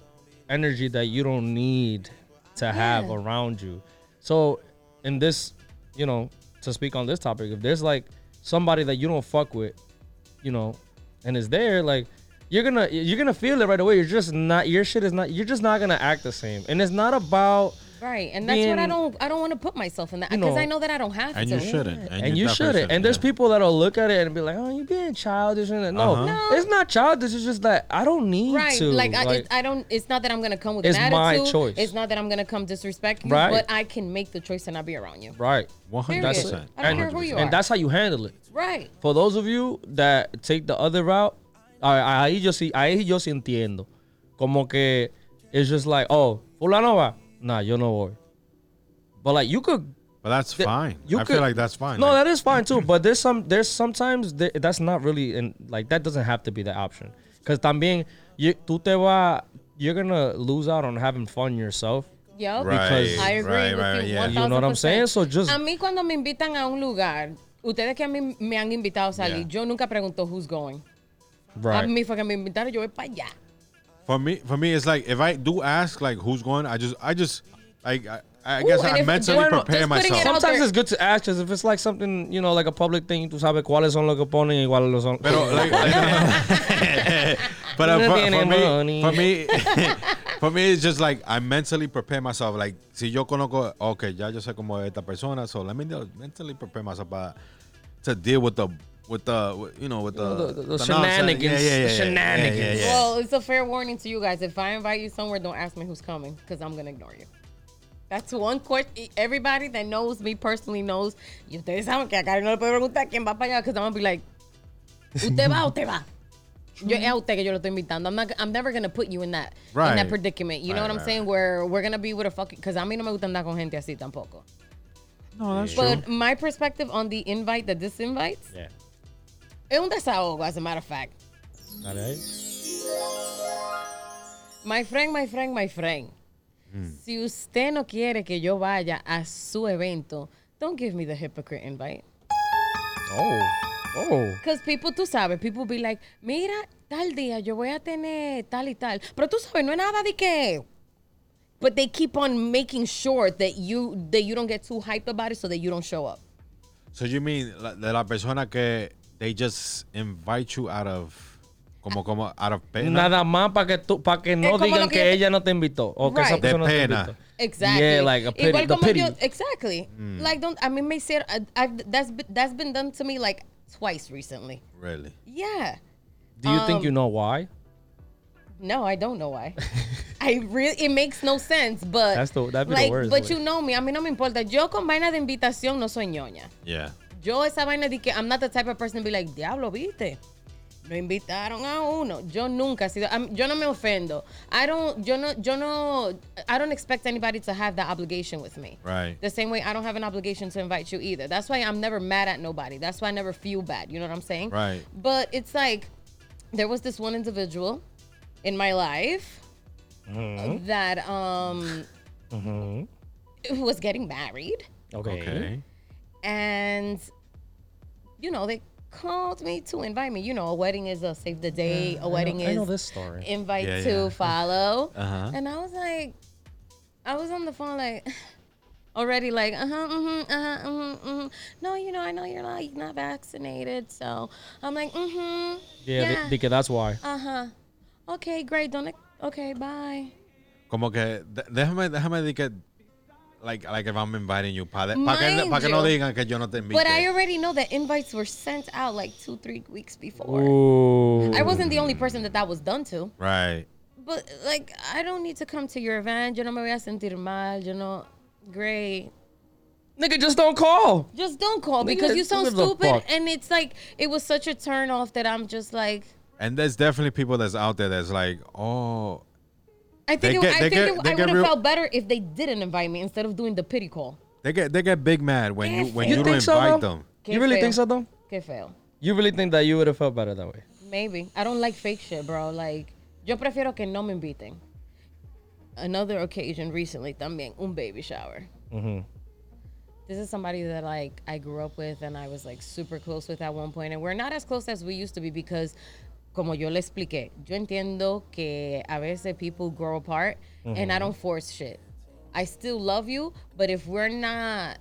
D: energy that you don't need to have
F: Yeah.
D: around you. So in this, you know, to speak on this topic, if there's like somebody that you don't fuck with, you know, and is there like you're gonna you're gonna feel it right away. You're just not your shit is not you're just not gonna act the same. And it's not about
F: Right, and that's what I
D: Being-
F: don't. I don't want to put myself in that
D: You
F: because I
D: know,
F: know that I don't have
A: and
F: to.
A: you shouldn't.
D: and,
A: definitely
D: you shouldn't. And there's
A: yeah.
D: people that'll look at it and be like, "Oh, you being childish." And no,
A: Uh-huh.
F: No.
D: it's not childish. It's just that I don't need
F: Right,
D: to.
F: like, I, it, I don't. It's not that I'm gonna come with
D: It's
F: an
D: my
F: attitude.
D: choice.
F: It's not that I'm gonna come disrespect you.
D: Right.
F: But I can make the choice to not be around you.
D: right.
A: One hundred
F: Period.
A: percent.
F: I don't care who you
D: and
F: are.
D: that's how you handle it.
F: Right.
D: For those of you that take the other route, ah, ahí yo sí, ahí yo sí entiendo. Como que it's just like, oh, fulano va. Nah, yo no voy. But like you could
A: But that's
D: that-
A: fine.
D: you
A: I
D: could-
A: feel like that's fine.
D: No,
A: like,
D: that is fine
A: [clears throat]
D: too. But there's some there's sometimes th- that's not really and like that doesn't have to be the option. Cause también you tú te va, you're gonna lose out on having fun yourself.
F: Yep.
A: Right,
F: I agree
A: right,
F: with
A: right,
F: you.
A: yeah.
F: 1000%.
D: You know what I'm saying? So just-
F: a mí cuando me invitan a un lugar, ustedes que a mí me han invitado a salir,
A: Yeah.
F: yo nunca pregunto who's going. A
D: Right.
F: mí fue que me invitaron, yo voy para allá.
A: for me, for me, it's like if I do ask like who's going, I just, I just, like, I, I guess
F: Ooh, and
A: I
F: if-
A: mentally
F: just
A: prepare
F: putting it
A: myself.
F: out
D: Sometimes
F: there-
D: it's good to ask because if it's like something, you know, like a public thing, tú sabes cuáles son los que ponen y cuáles los son. [laughs]
A: Pero, like, [laughs] but uh,
D: No
A: for,
D: tiene
A: for me,
D: money.
A: for me, [laughs] for me, it's just like I mentally prepare myself. Like, si yo conozco, okay, ya yo sé cómo es esta persona, so let me do- mentally prepare myself para, to deal with the with the with, you know with the,
D: the- the- the
A: nonsense.
D: shenanigans,
A: Yeah, yeah, yeah, yeah, yeah, yeah,
D: the
A: yeah,
D: shenanigans.
A: yeah.
F: Well, it's a fair warning to you guys. If I invite you somewhere, don't ask me who's coming because I'm going to ignore you. That's one question. Everybody that knows me personally knows. Y ustedes saben que acá no le puedo preguntar quién va para allá because I'm going to be like, ¿usted va o te va? Yo, es a usted que yo lo estoy invitando. I'm, not, I'm never going to put you in that, in that
A: Right.
F: predicament. You know
A: Right,
F: what I'm
A: right,
F: saying? Where we're going to be with a fucking. Because a mí no me gusta andar con gente así tampoco.
A: No, that's
F: But my perspective on the invite, the disinvites,
D: yeah.
F: es un desahogo, as a matter of fact.
D: All right.
F: My friend, my friend, my friend.
A: Mm.
F: Si usted no quiere que yo vaya a su evento, don't give me the hypocrite invite.
D: Oh. Oh.
F: Because people, tú sabes, people be like, mira, tal día yo voy a tener tal y tal. Pero tú sabes, no es nada de que. But they keep on making sure that you that you don't get too hyped about it so that you don't show up.
A: So you mean la, de la persona que they just invite you out of como como out of pena?
D: Nada más para que tú, para que no
F: como lo que
D: digan que,
F: yo te-
D: ella no te invitó o que esa
A: De
F: Right.
D: persona no te
A: pena.
D: invitó.
F: Exactly.
D: Yeah, like a pity,
F: Igual
D: the
F: como
D: pity. Mm.
F: yo- exactly. Like don't I mean me ser I, I've that's been, that's been done to me like twice recently.
A: Really?
F: Yeah.
D: Do you think you
F: Um,
D: know why?
F: No, I don't know
D: [laughs]
F: why. I really, it makes no sense, but
D: That's the- that'd be the
F: like,
D: worst,
F: But
D: like-
F: you know me, a mí no me importa. Yo con vaina de invitación no soy ñoña.
A: Yeah.
F: Yo esa vaina de que I'm not the type of person to be like, diablo, viste. Lo invitaron a uno. Yo nunca he sido. I'm- yo no me ofendo. I don't. Yo no. Yo no. I don't expect anybody to have that obligation with me.
A: Right.
F: The same way I don't have an obligation to invite you either. That's why I'm never mad at nobody. That's why I never feel bad. You know what I'm saying?
A: Right.
F: But it's like there was this one individual in my life that um who was getting married
D: Okay.
A: Okay.
F: and you know they called me to invite me you know a wedding is a save the date a wedding
D: I know
F: is Eh,
D: this story.
F: invite
A: Yeah,
F: to
A: yeah.
F: follow
A: Uh-huh.
F: and i was like [sighs] i was on the phone like already like uh huh uh huh uh huh uh-huh. no you know I know you're not you're not vaccinated so I'm like mm hmm
D: Yeah, th- because that's why.
F: uh huh okay great don't ex- okay bye
A: Como que de- déjame, déjame decir que like like if I'm inviting you para pa que,
F: Mind
A: pa que no
F: you.
A: digan que yo no te invité.
F: but I already know that invites were sent out like two three weeks before
D: Ooh.
F: I wasn't the only person that that was done to
A: right.
F: But like, I don't need to come to your event. Yo no me voy a sentir mal. Yo no, great.
D: Nigga, just don't call.
F: Just don't call
D: Nigga,
F: because you sound
D: who gives a
F: stupid.
D: fuck?
F: And it's like it was such a turn off that I'm just like,
A: And there's definitely people that's out there that's like, oh,
F: I
A: They
F: think it,
A: get-
F: I
A: they
F: think
A: get-
F: it,
A: they
F: I
A: get
F: would have
A: real-
F: felt better if they didn't invite me instead of doing the pity call.
A: they get they get big mad when you when you, don't invite them.
F: Qué
D: You really
F: feo.
D: think so though?
F: Que fail.
D: You really think that you would have felt better that way?
F: Maybe I don't like fake shit, bro. Like yo prefiero que no me inviten. Another occasion recently, también un baby shower. This is somebody that like I grew up with and I was like super close with at one point, and we're not as close as we used to be because, como yo le expliqué, yo entiendo que a veces people grow apart, and I don't force shit. I still love you, but if we're not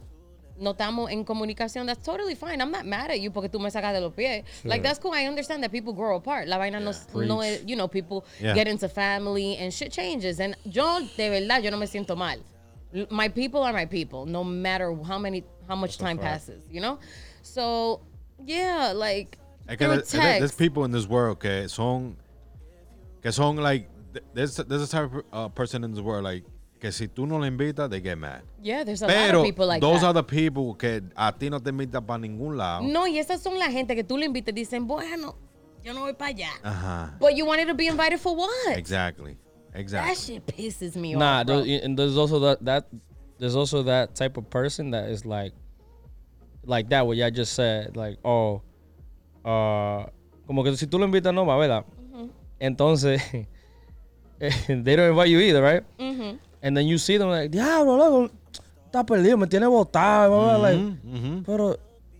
F: no estamos en comunicación, that's totally fine. I'm not mad at you porque tú me sacas de los pies. Like, that's cool. I understand that people grow apart. La vaina no, no es, you know, people
A: Yeah.
F: get into family and shit changes. And yo, de verdad, yo no me siento mal. L- My people are my people, no matter how many, how much time passes, you know? So, yeah, like,
A: Es que
F: through
A: there- there- there's
F: text.
A: people in this world que son que son like th- there's there's a type of uh, person in this world like que si tú no le invitas they get mad.
F: yeah, there's a lot
A: Pero
F: of people like
A: those
F: that. Mm.
A: are the people que a ti no te invitan para ningún lado.
F: No, y esas son la gente que tú le invitas, dicen, bueno, yo no voy para allá.
A: Ajá.
F: But you wanted to be invited for what?
A: Ah. Exactly.
F: That
A: Exactly.
F: shit pisses me
D: Nah,
F: off. bro.
D: tho- and there's also that that there's also that type of person that is like like that what y'all just said like oh uh como que si tú lo invitas no va verdad
F: Mm-hmm.
D: entonces [laughs] they don't invite you either right
F: Mm-hmm.
D: and then you see them like diablo loco está perdido me tiene botado blah, blah, like pero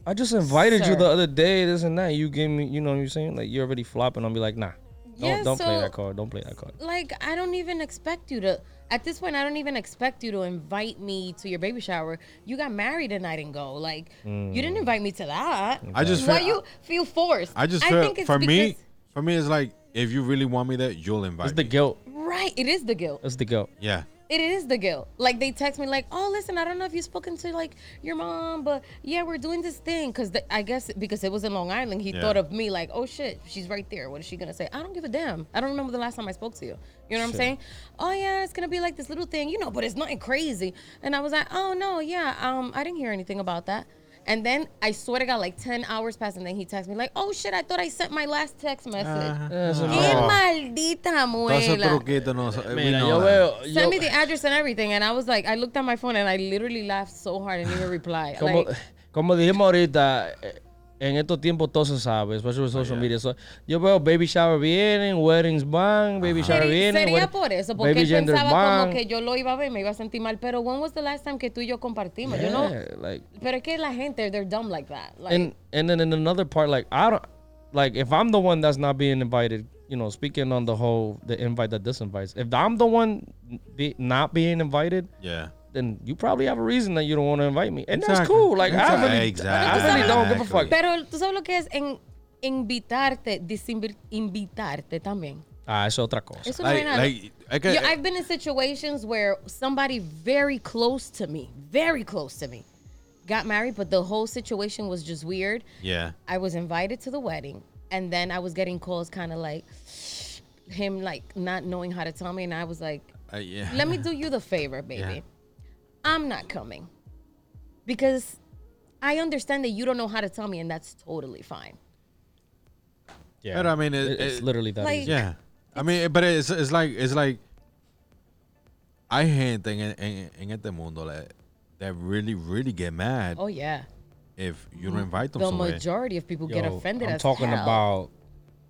D: I just invited you
F: Sir.
D: the other day this and that you gave me you know what I'm saying like you're already flopping I'll be like nah don't
F: Yeah,
D: don't play
F: so-
D: that card don't play that card
F: like I don't even expect you to at this point I don't even expect you to invite me to your baby shower. You got married and I didn't go. Like you didn't invite me to that.
A: Mm. I just
F: why
A: feel-
F: you feel forced?
A: I just feel for me for me it's like if you really want me there you'll invite
D: it's the
A: me.
D: guilt
F: right, it is the guilt.
D: it's the guilt
A: yeah.
F: It is the guilt. Like they text me like, "Oh, listen, I don't know if you've spoken to like your mom, but yeah, we're doing this thing cuz I guess because it was in Long Island, he
A: Yeah.
F: thought of me like, "Oh shit, she's right there. What is she going to say?" I don't give a damn. I don't remember the last time I spoke to you. You know what I'm saying? "Oh yeah, it's going to be like this little thing, you know, but it's nothing crazy." And I was like, "Oh no, yeah, um I didn't hear anything about that." And then I swear to God, like 10 hours passed, and then he texted me, like, oh shit, I thought I sent my last text message. Qué maldita
A: Todos esos
F: muela.
A: truquitos no- we
D: Mira,
A: know
D: yo
A: that.
D: veo. Yo,
F: Send me the address and everything, and I was like, I looked at my phone and I literally laughed so hard and even replied.
D: eh, como,
F: like,
D: como dijimos ahorita, eh, en estos tiempos todo se sabe, especially
A: Oh,
D: with social media. So, yo veo baby shower vienen, weddings van, baby shower
F: Seri-
D: vienen.
F: sería
D: wed-
F: por eso, porque él
D: genders
F: pensaba como que yo lo iba a ver, y me iba a sentir mal. Pero when was the last time que tú y yo compartimos? Yo no.
D: Yeah, like,
F: Pero es que la gente, they're dumb like that. Like,
D: and and then in another part, like I don't, like if I'm the one that's not being invited, you know, speaking on the whole the invite that disinvites. If I'm the one be, not being invited,
A: Yeah.
D: then you probably have a reason that you don't want to invite me, and that's
A: Exactly.
D: cool. Like I
A: Exactly.
D: really,
A: Exactly.
D: I really don't give a fuck.
F: pero tú sabes lo que es en invitarte, disinvir- invitarte también.
D: Ah, es otra cosa.
F: Eso no es
A: Like,
F: nada.
A: like, eh, I
F: Yo,
A: can,
F: I've been in situations where somebody very close to me, very close to me, got married, but the whole situation was just weird.
A: yeah.
F: I was invited to the wedding, and then I was getting calls, kind of like him, like not knowing how to tell me, and I was like,
A: Uh, yeah.
F: "Let
A: [laughs]
F: me do you the favor, baby. I'm not coming because I understand that you don't know how to tell me, and that's totally fine."
D: Yeah.
A: But I mean, it-
D: it's
A: it-
D: literally that.
F: Like-
D: easy.
A: Yeah, I mean, but it's it's like it's like I gente en, en, en este mundo like, that really really get mad
F: Oh yeah,
A: if you don't invite them
F: the
A: somewhere.
F: majority of people get
D: Yo,
F: offended.
D: I'm
F: as
D: talking
F: hell.
D: about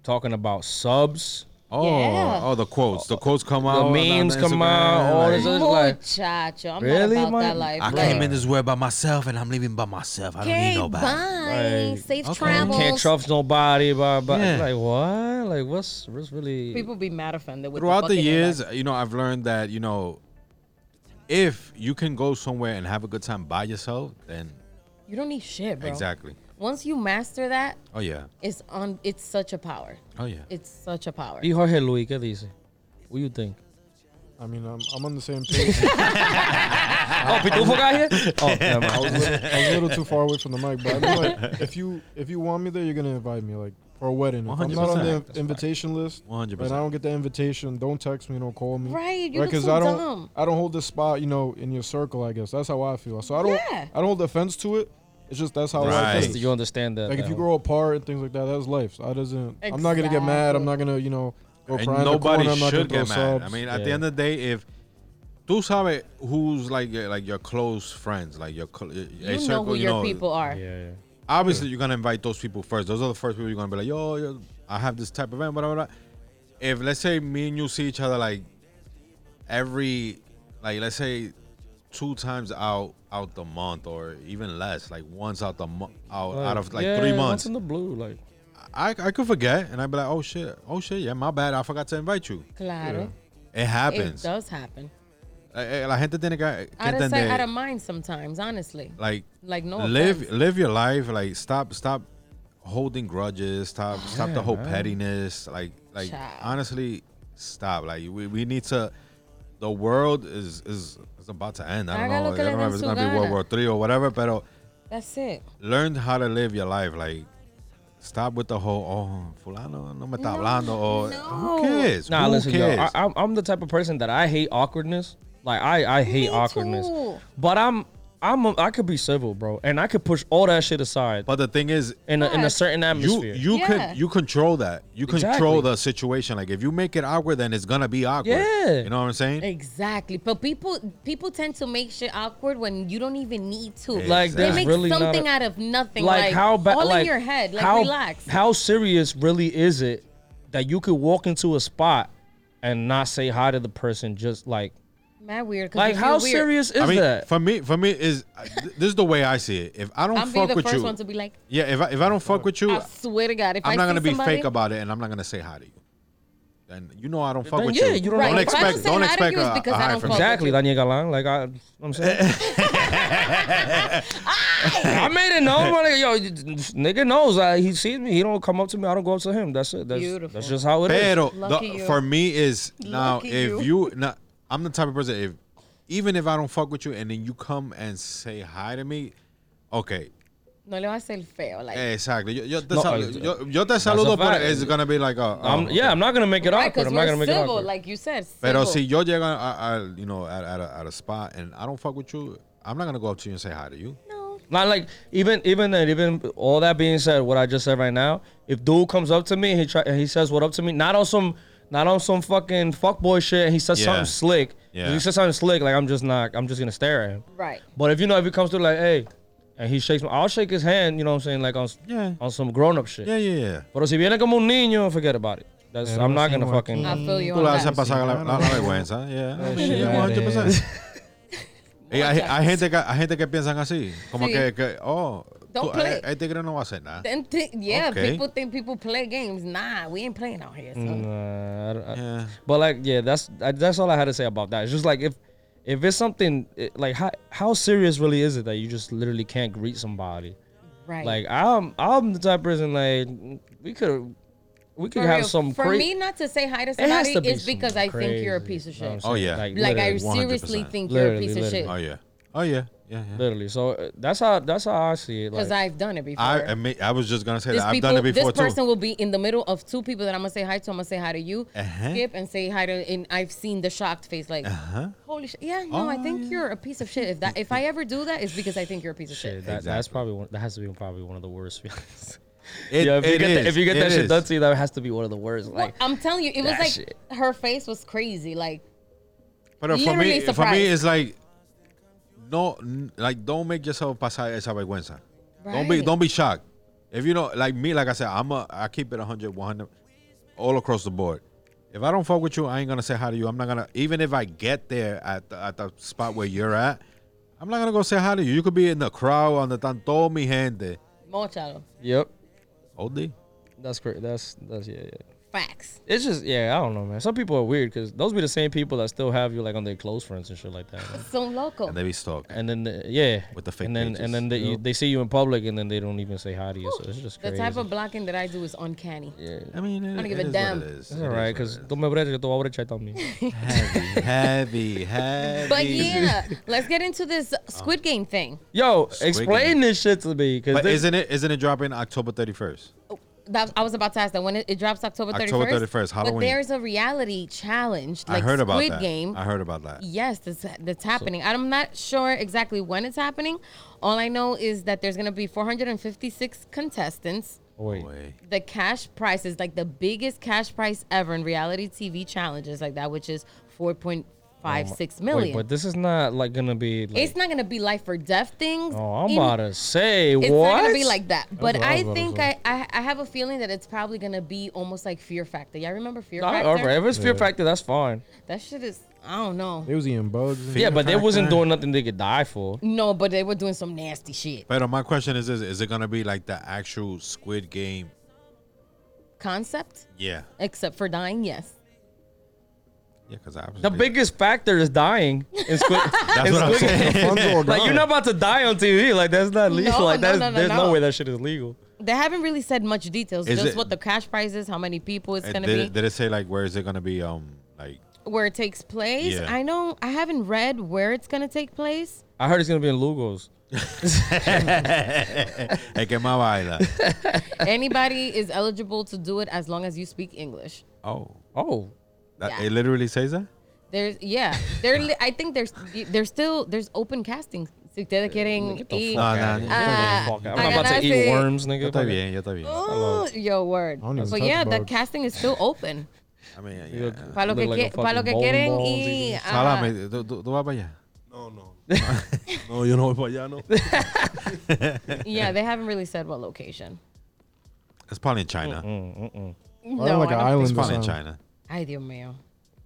D: talking about subs.
A: oh,
F: Yeah.
A: oh, the quotes, the quotes come out, on
D: memes come
A: Instagram,
D: out, all this
A: like,
D: other- Just like-
F: Muchacho, I'm
D: Really,
F: not about
D: man?
F: that life.
A: I
F: bro.
A: came in this world by myself and I'm leaving by myself. I don't
F: Okay,
A: need nobody.
F: bye.
D: Like,
F: Safe
A: okay.
F: travels.
D: Can't trust nobody. Blah, blah.
A: Yeah.
D: Like what? Like what's what's really?
F: People be mad offended with
A: Throughout the
F: fucking
A: years, you know, I've learned that you know if you can go somewhere and have a good time by yourself, then
F: You don't need shit, bro.
A: exactly.
F: Once you master that,
A: Oh yeah.
F: it's on. It's such a power.
A: Oh yeah.
F: It's such a power.
D: Y Jorge Luis, ¿qué dice? What you think?
G: I mean, I'm, I'm on the same
A: [laughs]
G: page.
D: Oh,
A: Ah.
D: Pitufo got here? Oh, never
G: I
D: mind.
G: was, li- I was a little too far away from the mic, but I mean, like, if you if you want me there, you're gonna invite me, like for a wedding. If I'm not on
A: 100%.
G: the
A: That's
G: invitation list,
A: One hundred
G: and I
A: percent.
G: don't get the invitation, don't text me, don't call me.
F: Right, you look so
G: I don't,
F: dumb.
G: I don't hold the spot, you know, in your circle. I guess that's how I feel. So I don't,
F: Yeah.
G: I don't hold offense to it. It's just that's how
A: Right.
G: life
D: Just
G: is.
D: that You understand that. uh,
G: Like if
D: that
G: you
D: whole-
G: grow apart and things like that, that's life. So I doesn't. I'm not gonna get mad. I'm not gonna, you know, go
A: And
G: cry in the
A: nobody
G: corner, I'm not
A: should
G: gonna
A: get
G: throw
A: mad. I
G: subs.
A: mean, at the
D: Yeah.
A: end of the day, if tú sabes who's like your, like your close friends, like your cl- a
F: you know
A: circle,
F: who
A: you
F: your
A: know,
F: people are.
D: Yeah, yeah.
A: Obviously, you're gonna invite those people first. Those are the first people you're gonna be like, yo, yo I have this type of event, blah, blah, blah. If let's say me and you see each other like every, like let's say two times out out the month or even less, like once out the month out, out of like three
D: yeah,
A: months,
D: Once in the blue, like.
A: I I could forget and I'd be like, oh shit, oh shit, yeah, my bad, I forgot to invite you.
F: Claro.
A: It
F: It
A: happens.
F: does happen.
A: Eh, eh, La gente tiene que que
F: Out of sight, out of
A: entender,
F: mind sometimes, honestly.
A: like
F: Like, no
A: live
F: offense.
A: live your life like stop stop holding grudges stop stop the whole pettiness like like
F: Child.
A: honestly stop like we, we need to the world is is is about to end i don't
F: Haga
A: know
F: lo
A: i
F: que le
A: don't know
F: den
A: if it's
F: su
A: gonna be world
F: gana.
A: war three or whatever but
F: That's it.
A: learn how to live your life like stop with the whole oh fulano no me está hablando or who
F: no.
A: cares
D: Nah,
A: who
D: listen, yo,
A: cares
D: I, I'm, I'm the type of person that I hate awkwardness. Like I, I hate
F: Me
D: awkwardness.
F: too.
D: But I'm, I'm, a, I could be civil, bro, and I could push all that shit aside
A: but the thing is
D: in a, in a
F: Yes.
D: certain
A: you
D: atmosphere.
A: you
F: Yeah.
A: can you control that. You control
D: Exactly.
A: the situation. Like if you make it awkward, then it's gonna be awkward.
D: Yeah.
A: You know what I'm saying?
F: Exactly. But people people tend to make shit awkward when you don't even need to.
A: Like,
F: they
A: that's
F: make
D: really not
F: something
D: a-
F: out of nothing.
D: like,
F: Like,
D: how bad?
F: all
D: Like
F: in your head. Like
D: how,
F: relax.
D: How serious really is it that you could walk into a spot and not say hi to the person? Just like,
F: Mad weird. 'cause
D: like
F: you feel
D: how
F: weird.
D: serious is
A: I mean,
D: that?
A: for me, for me is th- this is the way I see it. If I don't
F: I'm being
A: fuck
F: the
A: with
F: first
A: you,
F: one to be like,
A: yeah. If I, if I don't fuck with you,
F: I swear to God, if I
A: I'm not
F: see
A: gonna be
F: somebody-
A: fake about it, and I'm not gonna say hi to you. Then you know I don't fuck
D: Then
A: with
D: yeah,
A: you.
D: you don't
F: Right.
D: Don't
F: If I
A: expect-
F: say
A: don't
F: hi to
A: expect
F: you, it's
A: a- a
F: because
A: hi
F: I don't
A: from
F: fuck
A: you.
D: Exactly,
F: with you.
D: Daniel Galan. Like I,
A: [laughs]
D: I'm saying. [laughs] I made it known, like, yo, nigga knows. I, he sees me. He don't come up to me. I don't go up to him. That's it. That's,
F: Beautiful.
D: that's just how it is.
A: Pero
F: Lucky
A: the,
F: you.
A: for me is now
F: Lucky
A: if you, now, I'm the type of person if even if I don't fuck with you and then you come and say hi to me, okay,
F: No le va a hacer feo. Like,
A: Exacto. Yo, yo, te,
D: No,
A: saludo,
D: uh,
A: yo, yo te saludo, pero
D: fact.
A: it's gonna be like, uh, oh,
D: I'm, Yeah, I'm not gonna make it
F: right,
D: awkward.
F: because
D: I'm not
F: we're
D: gonna make it
F: civil,
D: awkward.
F: like you said.
A: Pero
F: civil.
A: si yo llego, a, a, you know, at, at, a, at a spot and I don't fuck with you, I'm not gonna go up to you and say hi to you.
F: No.
D: Not like even even that even all that being said, what I just said right now. If dude comes up to me, he try, he says what up to me. Not on some not on some fucking fuckboy shit. He says
A: Yeah.
D: something slick.
A: Yeah.
D: If he says something slick. Like I'm just not. I'm just gonna stare at him.
F: Right.
D: But if you know, if he comes through like, hey, and he shakes me, I'll shake his hand, you know what I'm saying? Like on, s-
A: Yeah.
D: on some grown up shit.
A: Yeah, yeah, yeah.
D: Pero si viene como un niño, forget about it. That's,
G: Yeah,
D: I'm not
G: sí,
D: gonna
G: Joaquin.
D: fucking.
F: I feel you
A: Mm. Tú la
F: on
A: haces
F: that.
A: pasar la, la, la vergüenza.
F: [laughs]
A: Yeah. Yeah, 100%. Y hay, hay, gente que, hay gente que piensan así. Como
F: Sí.
A: que, que, oh, tú,
F: Don't play.
A: eh, el tigre no va a hacer nada.
F: Them thi- yeah,
A: Okay.
F: people think people play games. Nah, we ain't playing out here. So.
D: Mm. Nah, I don't- I-
A: Yeah.
D: But like, yeah, that's I, that's all I had to say about that. It's just like if if it's something it- like how how serious really is it that you just literally can't greet somebody?
F: Right.
D: Like I'm I'm the type of person like we could we could
F: For
D: have
F: real,
D: some
F: for
D: cra-
F: me not to say hi to
D: It has
F: somebody
D: to be
F: is because I
D: something
F: think you're a
D: crazy,
F: piece of
D: you know
F: shit.
D: what I'm
A: Oh,
D: saying?
A: yeah.
F: like I
D: literally.
A: 100%.
F: seriously think
D: Literally,
F: you're a piece of
D: literally.
F: shit
A: Oh, yeah. Oh, yeah. Yeah, yeah.
D: literally. So uh, that's how that's how I see it. Like,
F: because I've done it before.
A: I, admit, I was just gonna say
F: this
A: that. I've
F: people,
A: done it before
F: this person
A: too.
F: will be in the middle of two people that I'm gonna say hi to. I'm gonna say hi to you,
A: Uh-huh.
F: Skip, and say hi to. And I've seen the shocked face, like, holy shit. Yeah, no, I
A: Oh,
F: think
A: yeah.
F: you're a piece of shit. If that, if I ever do that, it's because I think you're a piece of
D: shit,
F: shit.
D: that, that's
A: Exactly.
D: probably one, that has to be probably one of the worst feelings. [laughs]
A: It-
D: yeah, if you
A: it
D: get that,
A: is,
D: if you get
A: it
D: that shit
A: is.
D: done to you, that has to be one of the worst.
F: Well,
D: Like,
F: I'm telling you, it was
D: that
F: like
D: shit.
F: her face was crazy. Like,
A: But for
F: Literally
A: me, for me,
F: surprised.
A: it's like no, n- like don't make yourself pasar esa vergüenza. Don't be
F: Right.
A: don't be shocked. If you know, like me, like I said, I'm a I keep it 100, 100, all across the board. If I don't fuck with you, I ain't gonna say hi to you. I'm not gonna even if I get there at the, at the spot where you're at, I'm not gonna go say hi to you. You could be in the crowd on the tanto mi gente.
F: mochalo.
D: yep,
A: OD.
D: that's great. That's that's yeah, yeah.
F: Facts.
D: It's just yeah, I don't know, man. Some people are weird because those be the same people that still have you like on their close friends and shit like that. man.
F: So local.
A: And they be stalking.
D: And then the, yeah,
A: With the fake
D: and then
A: pages,
D: and then they,
A: you know?
D: they see you in public and then they don't even say hi to you. So it's just
F: The
D: crazy.
F: type of blocking that I do is uncanny.
D: yeah.
A: I mean, it,
F: don't give
A: it
F: a
A: is
F: damn.
A: What it is.
D: It's all right, because don't me breche, que tu vas a brechar
A: [laughs]
D: también.
A: heavy, heavy, heavy.
F: But yeah, let's get into this
A: Uh.
F: Squid Game thing.
D: Yo,
A: Squid
D: explain this shit to me, because
A: But isn't it isn't it dropping October 31st?
F: That, I was about to ask that when it, it drops October 31st.
A: October 31st, Halloween.
F: But there's a reality challenge. Like
A: I heard about
F: Squid
A: that.
F: Game.
A: I heard about that.
F: Yes, that's, that's happening. I'm not sure exactly when it's happening. All I know is that there's going to be 456 contestants.
D: wait,
A: Boy.
F: The cash prize is like the biggest cash prize ever in reality TV challenges like that, which is 4.56 million.
D: Um, wait, but this is not like gonna be. Like,
F: it's not going to be life or death things.
D: Oh, I'm
F: In-
D: about to say
F: It's
D: what?
F: not gonna be like that, but
D: what I was
F: I
D: about to
F: think
D: say.
F: I, I I have a feeling that it's probably gonna be almost like Fear Factor. Y'all remember Fear
D: All right,
F: Factor?
D: all right. If it's fear factor, that's fine.
F: That shit is I don't know.
G: They was eating bugs. And
D: yeah, but they wasn't
A: Factor?
D: doing nothing they could die for.
F: No, but they were doing some nasty shit.
A: But uh, my question is, is is it gonna be like the actual Squid Game?
F: Concept,
A: Yeah,
F: except for dying, yes.
A: yeah, because I was
D: The biggest factor is dying. In squid,
F: [laughs]
A: That's
D: in
A: what I'm [laughs]
D: Squid Game.
A: saying.
G: Funds all
D: Like
G: gone.
D: you're not about to die on TV. Like that's not legal.
F: No,
D: like
F: no,
D: that's
F: no, no,
D: there's no.
F: no.
D: way that shit is legal.
F: They haven't really said much details,
A: Is
F: just
A: it-
F: what the cash prize is, how many people it's
A: And
F: gonna
A: did,
F: be,
A: it- did it say like where is it gonna be? Um, like
F: [laughs]
A: [laughs]
F: where it takes place.
A: Yeah.
F: I know I haven't read where it's gonna take place.
D: I heard it's gonna be in Lugos.
A: hey, que más
F: [laughs]
A: baila.
F: Anybody is eligible to do it as long as you speak English.
A: Oh,
D: Oh,
A: that,
F: Yeah.
A: it literally says that.
F: There's yeah, there. li- I think there's there's still there's open casting. Si ustedes quieren
D: get the
F: ir-
D: fuck
A: Nah,
D: out
A: nah,
D: of
F: uh,
D: here. I'm not about to
F: ganarse-
D: eat worms,
A: Yo
D: nigga.
A: estoy bien, yo estoy bien.
F: Ooh, Oh, Yo, word.
G: I don't even
F: But
G: touch
F: yeah, the
G: bugs.
F: casting is still open.
A: I mean,
D: You
A: yeah.
D: look-
F: Para lo
D: look
F: que,
D: like a
F: que- pa' lo
D: fucking
F: que
D: bowling
F: quieren
D: ball.
F: y. ajá.
A: Salame, tú, tú, tú vas para allá.
E: No, no. No, yo no voy para allá, no.
F: [laughs] yeah, they haven't really said what location.
A: It's probably in China.
G: Probably like
F: I don't-
G: an
A: It's
G: island or
A: probably in
G: something.
A: China.
F: Ay, Dios mío.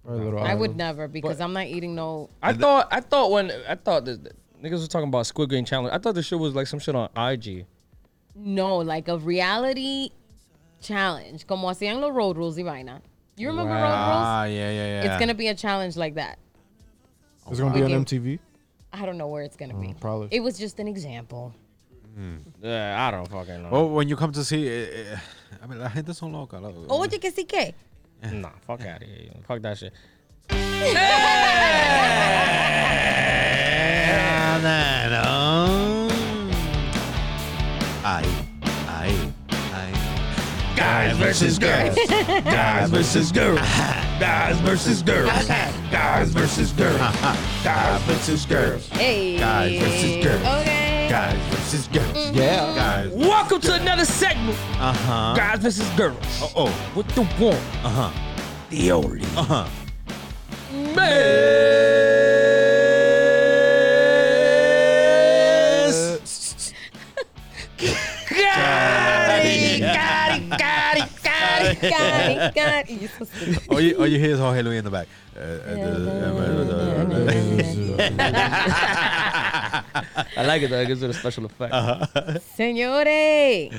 G: Probably a little
F: I would
G: island.
F: never because I'm not eating no.
D: I thought I thought when I thought that that niggas was talking about Squid Game challenge. I thought this shit was like some shit on IG.
F: No, like a reality challenge. Como hacían los road rules y vaina. You remember road rules?
A: Ah, yeah, yeah, yeah.
F: It's going to be a challenge like that.
G: It's gonna be on
F: Okay.
G: MTV.
F: I don't know where it's going to be.
G: probably.
F: It was just an example.
D: Yeah, I don't fucking know.
A: Well, Oh, when you come to see, eh, eh, I mean, la gente son loca. loco.
F: Oye, que sí que.
D: Nah, fuck out of here. yo. Fuck that shit.
E: oh.
A: Ay, ay, ay.
E: Guys versus girls. Guys versus girls. Guys versus girls. Guys versus girls. Guys versus girls.
F: Hey.
A: Guys versus girls.
F: Okay.
A: Guys versus girls.
G: Yeah.
A: Guys.
D: Welcome to another segment,
A: Uh huh.
D: guys versus girls.
A: Oh, oh.
D: With the one,
A: Uh huh.
E: The only.
A: Uh huh.
F: Got it, got it. You're so stupid.
A: All you, all you hear is Jorge Luis in the back. Uh, uh,
D: I like it though. It gives it a special effect.
F: Señores.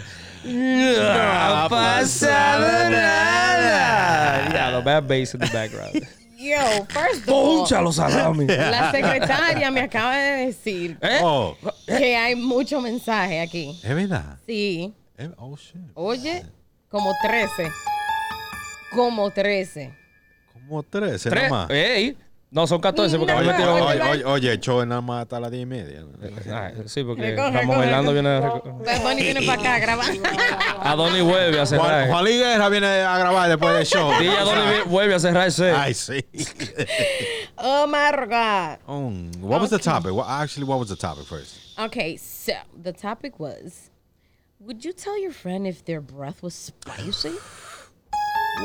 D: No pasaba nada. Yeah, the bad bass in the [laughs] background.
F: Yo, first of all,
D: los salami.
F: la secretaria me acaba de decir
E: Eh?
A: uh, oh,
F: que hay mucho mensaje aquí.
A: es verdad.
F: Sí.
A: Eh, Oh, shit.
F: Oye, como 13. Como 13.
A: Como tres, nada
D: Tres.
A: más.
D: Ey. No, son 14 porque
F: No,
D: me
A: Oye,
D: metieron.
A: oye, oye, oye, el show nada más hasta las diez y media.
D: Ah, Sí, porque
F: Recoge,
D: Ramón
F: recoge,
D: Bailando viene a reco-
F: Bad Bunny viene para acá a grabar.
D: A Donny vuelve
A: Juan,
D: a cerrar.
A: Juan Liguera viene a grabar después del show.
D: Sí, a Donny vuelve a cerrar ese.
A: Ay, sí.
F: Oh my God.
A: Oh, what was the topic? What actually? What was the topic first?
F: Okay, so the topic was Would you tell your friend if their breath was spicy? [laughs] How